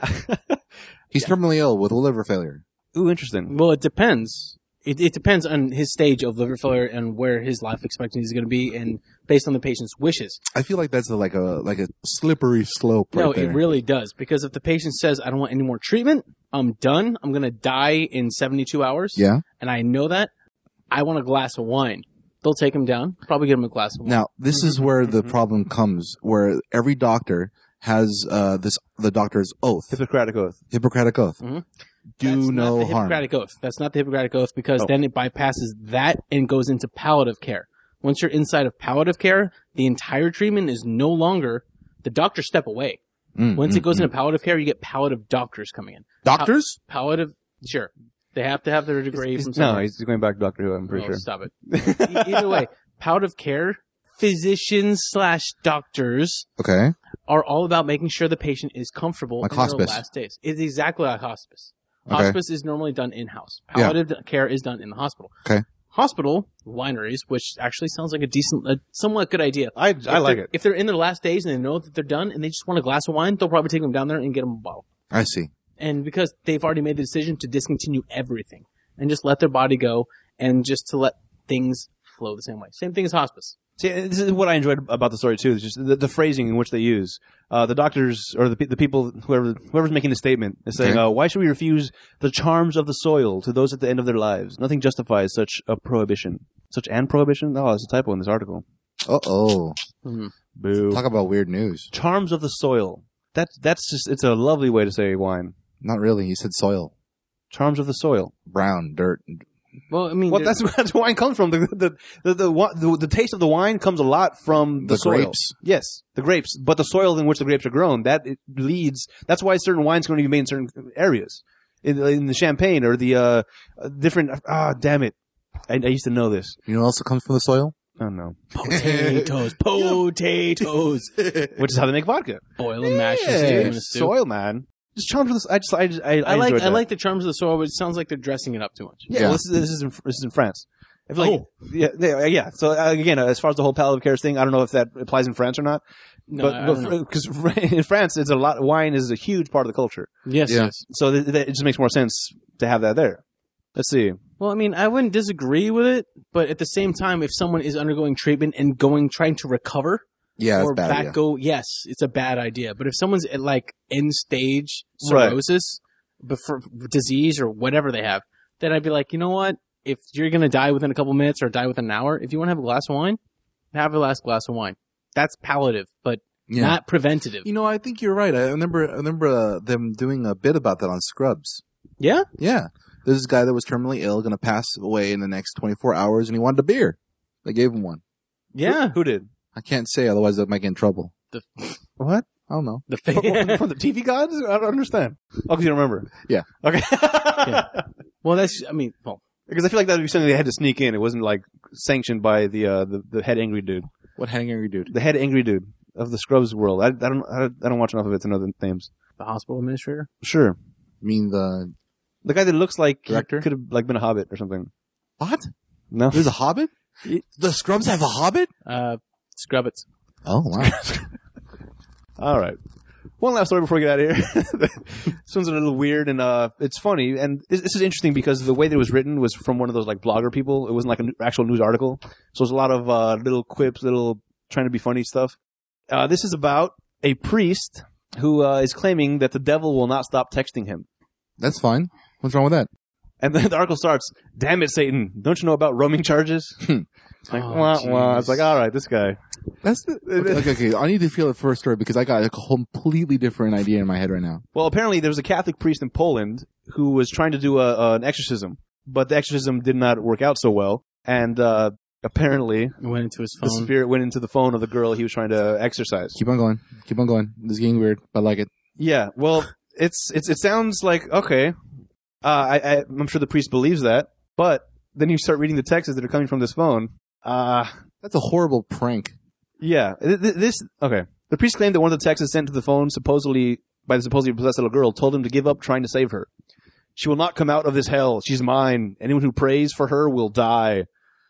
F: He's terminally ill with a liver failure.
E: Ooh, interesting.
D: Well, it depends. It, it depends on his stage of liver failure and where his life expectancy is going to be, and based on the patient's wishes.
F: I feel like that's a, like a like a slippery slope. Right
D: no,
F: there.
D: it really does because if the patient says, "I don't want any more treatment. I'm done. I'm going to die in 72 hours,"
F: Yeah.
D: and I know that, I want a glass of wine. They'll take him down. Probably get him a glass of wine.
F: Now this is where the problem comes, where every doctor has uh this the doctor's oath,
E: Hippocratic oath.
F: Hippocratic oath.
D: Mhm.
F: Do
D: That's
F: no
D: not the
F: harm.
D: Hippocratic oath. That's not the Hippocratic oath because
E: Oh.
D: then it bypasses that and goes into palliative care. Once you're inside of palliative care, the entire treatment is no longer the doctor step away.
F: Mm,
D: Once it
F: mm,
D: goes
F: mm.
D: into palliative care, you get palliative doctors coming in.
F: doctors,
D: Palliative, sure, they have to have their degree from somewhere.
E: no, he's going back to Doctor Who. I'm pretty
D: Oh,
E: sure.
D: Stop it. E- Either way, palliative care physicians slash doctors
F: okay,
D: are all about making sure the patient is comfortable
F: Like
D: in their
F: hospice.
D: last days. It's exactly like hospice.
F: Okay.
D: Hospice is normally done in house.
F: Yeah.
D: Palliative care is done in the hospital.
F: Okay.
D: Hospital wineries, which actually sounds like a decent, a somewhat good idea.
E: I I
D: If
E: like
D: they're-
E: it.
D: If they're in their last days and they know that they're done and they just want a glass of wine, they'll probably take them down there and get them a bottle.
F: I see.
D: And because they've already made the decision to discontinue everything and just let their body go and just to let things flow the same way. Same thing as hospice.
E: See, this is what I enjoyed about the story too. Is just the, the phrasing in which they use uh, the doctors or the pe- the people whoever whoever's making the statement is saying,
F: Okay.
E: uh, "Why should we refuse the charms of the soil to those at the end of their lives? Nothing justifies such a prohibition, such an prohibition." Oh, there's a typo in this article.
F: Uh oh,
E: Mm-hmm. Boo.
F: talk about weird news.
E: charms of the soil. That that's just it's a lovely way to say wine.
F: Not really. You said soil,
E: Charms of the soil.
F: brown, dirt.
D: Well, I mean,
E: Well,
D: there-
E: that's where that's where wine comes from. The the, the, the, wi- the the taste of the wine comes a lot from the,
F: The
E: soil.
F: grapes.
E: Yes, the grapes, but the soil in which the grapes are grown that it leads. That's why certain wines can only be made in certain areas, in, in the Champagne or the uh, different. Ah, damn it! I, I used to know this.
F: You know what else comes from the soil?
E: Oh no,
D: potatoes, potatoes,
E: which is how they make vodka.
D: boil and mash and stew
E: Yeah,
D: in a soup.
E: soil, man. Just charms of the. I just I just, I, I,
D: I like
E: enjoyed
D: I
E: that.
D: like the charms of the soil, but it sounds like they're dressing it up too much.
E: Yeah,
F: Yeah.
E: Well, this is this is in, this is in France. I feel
D: Oh.
E: like- yeah, yeah, yeah. So uh, again, uh, as far as the whole palliative care thing, I don't know if that applies in France or not.
D: No,
E: but
D: I don't know.
E: because in France, it's a lot. Wine is a huge part of the culture,
D: yes,
F: Yeah.
D: yes.
E: so th- th- it just makes more sense to have that there. Let's see.
D: Well, I mean, I wouldn't disagree with it, but at the same time, if someone is undergoing treatment and going trying to recover
F: Yeah, that's
D: or
F: a bad.
D: back
F: idea.
D: go, yes, it's a bad idea. But if someone's at like end stage
E: Right.
D: cirrhosis, before, disease or whatever they have, then I'd be like, you know what? If you're gonna die within a couple minutes or die within an hour, if you want to have a glass of wine, have a last glass of wine. That's palliative, but
F: Yeah.
D: not preventative.
F: you know, I think you're right. I remember, I remember uh, them doing a bit about that on Scrubs.
D: Yeah?
F: Yeah. There's this guy that was terminally ill, going to pass away in the next 24 hours, and he wanted a beer. They gave him one.
D: Yeah.
E: Who, who did?
F: I can't say, otherwise I might get in trouble.
D: The-
E: What?
F: I don't know.
D: The
E: From,
D: fa-
E: from the TV gods? I don't understand. Oh, because you don't remember.
F: Yeah.
E: Okay.
D: well, that's I mean, well,
E: Because I feel like that would be something they had to sneak in. It wasn't like sanctioned by the uh, the, the head angry dude,
F: What hanger you dude?
E: the head angry dude of the Scrubs world. I, I don't I, don't- I don't watch enough of it to know the names.
D: the hospital administrator.
E: Sure.
F: I mean the
E: The guy that looks like
F: Director?
E: could have like been a hobbit or something.
F: what?
E: No.
F: There's a Hobbit.
E: It-
F: The Scrubs have a Hobbit.
D: Uh, scrub it.
F: Oh wow!
E: All right. One last story before we get out of here. this one's a little weird and uh, it's funny. And this, this is interesting because the way that it was written was from one of those like blogger people. It wasn't like an actual news article. So it's a lot of uh, little quips, little trying to be funny stuff. Uh, this is about a priest who uh, is claiming that the devil will not stop texting him.
F: That's fine. What's wrong with that?
E: And then the article starts, "Damn it, Satan! Don't you know about roaming charges?" it's like,
D: Oh,
E: wah, wah. It's
D: jeez.
E: like, all right, this guy.
F: That's okay, okay, okay. I need to feel the first story because I got a completely different idea in my head right now.
E: Well, apparently there was a Catholic priest in Poland who was trying to do a, an exorcism, but the exorcism did not work out so well, and uh, apparently
D: It went into his
E: the
D: phone.
E: spirit went into the phone of the girl he was trying to exorcise.
F: Keep on going. Keep on going. This is getting weird, but I like it.
E: Yeah, well, it's, it's it sounds like okay. Uh, I, I I'm sure the priest believes that, but then you start reading the texts that are coming from this phone. Uh
F: That's a horrible prank.
E: Yeah. Th- th- This okay. The priest claimed that one of the texts sent to the phone, supposedly by the supposedly possessed little girl, told him to give up trying to save her. She will not come out of this hell. She's mine. Anyone who prays for her will die.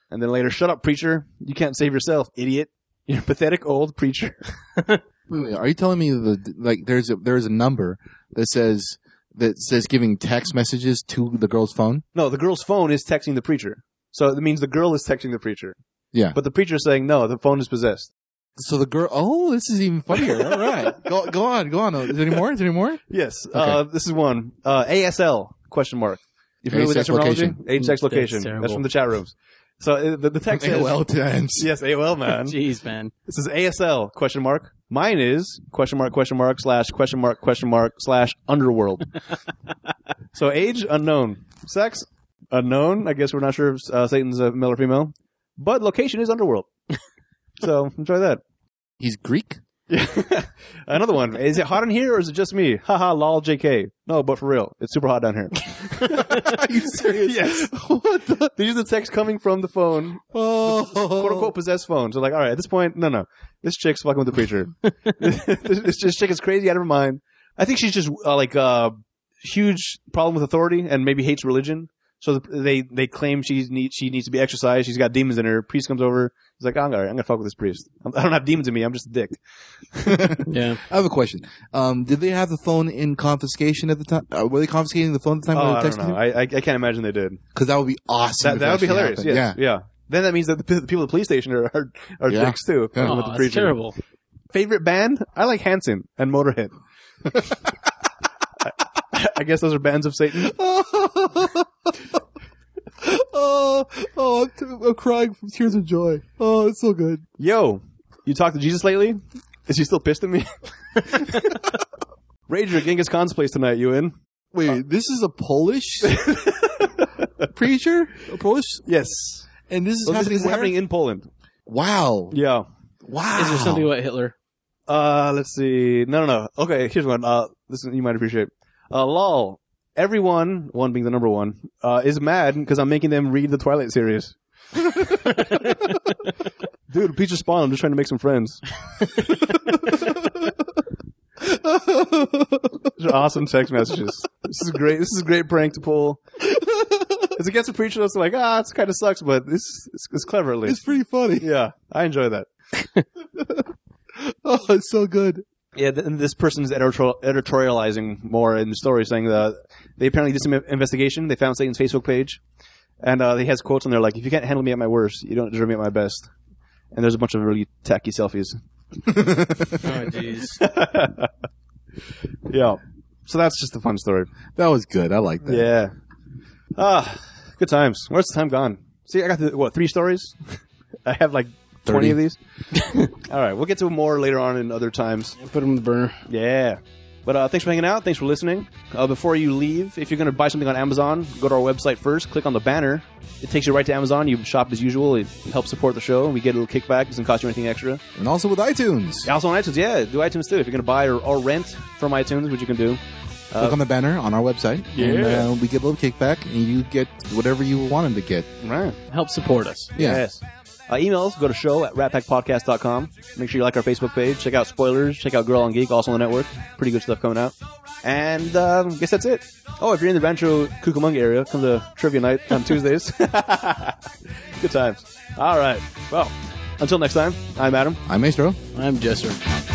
E: And then later, shut up, preacher. You can't save yourself, idiot. You're a pathetic old preacher.
F: Wait, wait, are you telling me the like there's a there's a number that says that says giving text messages to the girl's phone?
E: No, the girl's phone is texting the preacher. So it means the girl is texting the preacher.
F: Yeah.
E: But the preacher is saying, no, the phone is possessed.
F: So the girl. Oh, this is even funnier. All right, go go on, go on. Is there any more? Is there any more?
E: Yes. Uh, this is one. Uh, ASL, question mark. You familiar with that
F: Age, sex,
E: terminology?
F: location.
E: Age, sex,
D: That's
E: location. That's,
D: terrible.
E: from the chat rooms. So uh, the, the text says,
F: AOL times.
E: Yes, AOL man.
D: Jeez, man.
E: this is ASL question mark. Mine is question mark question mark slash question mark question mark slash underworld. so age unknown, sex unknown. I guess we're not sure if uh, Satan's a male or female, but location is underworld. so enjoy that.
F: He's Greek.
E: Yeah. Another one. Is it hot in here or is it just me? Haha, lol, JK. No, but for real, it's super hot down here.
F: Are you serious?
E: yes. what the? These are the texts coming from the phone,
F: Oh,
E: quote unquote possessed phones. They're like, all right, at this point, no, no. This chick's fucking with the preacher. this, this- this chick is crazy out of her mind. I think she's just uh, like, uh, huge problem with authority and maybe hates religion. So the, they, they claim she's need, she needs to be exercised. She's got demons in her. Priest comes over. He's like, I'm, all right, I'm gonna fuck with this priest. I'm, I don't have demons in me. I'm just a dick.
D: Yeah.
F: I have a question. Um, did they have the phone in confiscation at the time? Uh, were they confiscating the phone at the time?
E: Oh,
F: when
E: I
F: they
E: don't know. I, I, I can't imagine they did.
F: Because that would be awesome.
E: That,
F: if
E: that would be
F: actually
E: hilarious.
F: happened.
E: Yes. Yeah. Then that means that the, p- the people at the police station are are, are
F: Yeah.
E: dicks too.
F: Yeah.
E: fucking
D: Oh,
E: with the
D: that's
E: preacher.
D: terrible.
E: Favorite band? I like Hanson and Motorhead. I, I guess those are bands of Satan.
F: oh, oh, I'm, t- I'm crying from tears of joy. Oh, it's so good.
E: Yo, you talked to Jesus lately? Is he still pissed at me? Rager at Genghis Khan's place tonight. You in?
F: Wait,
E: Uh,
F: this is a Polish preacher, a Polish,
E: Yes.
F: and this is
E: Well, this
F: happening.
E: is
F: where?
E: happening in Poland.
F: Wow,
E: Yeah.
F: wow.
D: Is there something about Hitler?
E: Uh, let's see. No, no, no. Okay, here's one. Uh, this one you might appreciate. Uh, lol. Everyone, one being the number one, uh, is mad because I'm making them read the Twilight series. Dude, Peach Spawn, I'm just trying to make some friends. These are awesome text messages. This is great. This is a great prank to pull. It's against a preacher that's like, ah, this kind of sucks, but this it's, it's clever at
F: It's
E: least.
F: pretty funny.
E: Yeah, I enjoy that.
F: Oh, it's so good.
E: Yeah, th- and this person's editorial, editorializing more in the story, saying that they apparently did some in- investigation. They found Satan's Facebook page, and uh, he has quotes on there like, "If you can't handle me at my worst, you don't deserve me at my best." And there's a bunch of really tacky selfies.
D: Oh, jeez.
E: Yeah, so that's just a fun story.
F: That was good. I like that.
E: Yeah, ah, good times. Where's the time gone? See, I got the, what three stories. I have like twenty of these. All right, we'll get to more later on in other times.
D: Put him in the burner.
E: Yeah. But uh, thanks for hanging out. Thanks for listening. Uh, before you leave, if you're going to buy something on Amazon, go to our website first. Click on the banner. It takes you right to Amazon. You shop as usual. It helps support the show, and we get a little kickback. It doesn't cost you anything extra.
F: And also with iTunes.
E: Also on iTunes, yeah, do iTunes too. If you're going to buy or, or rent from iTunes, which you can do.
F: Click on the banner on our website. And
E: Yeah.
F: uh, we get a little kickback, and you get whatever you wanted to get.
E: Right.
D: Help support us.
F: Yeah.
E: Yes. Uh, emails, go to show at ratpackpodcast.com. Make sure you like our Facebook page. Check out Spoilers. Check out Girl on Geek, also on the network. Pretty good stuff coming out. And um, I guess that's it. Oh, if you're in the Rancho Cucamonga area, come to Trivia Night on Tuesdays. good times. All right. Well, until next time, I'm Adam.
F: I'm Maestro.
D: I'm Jesser.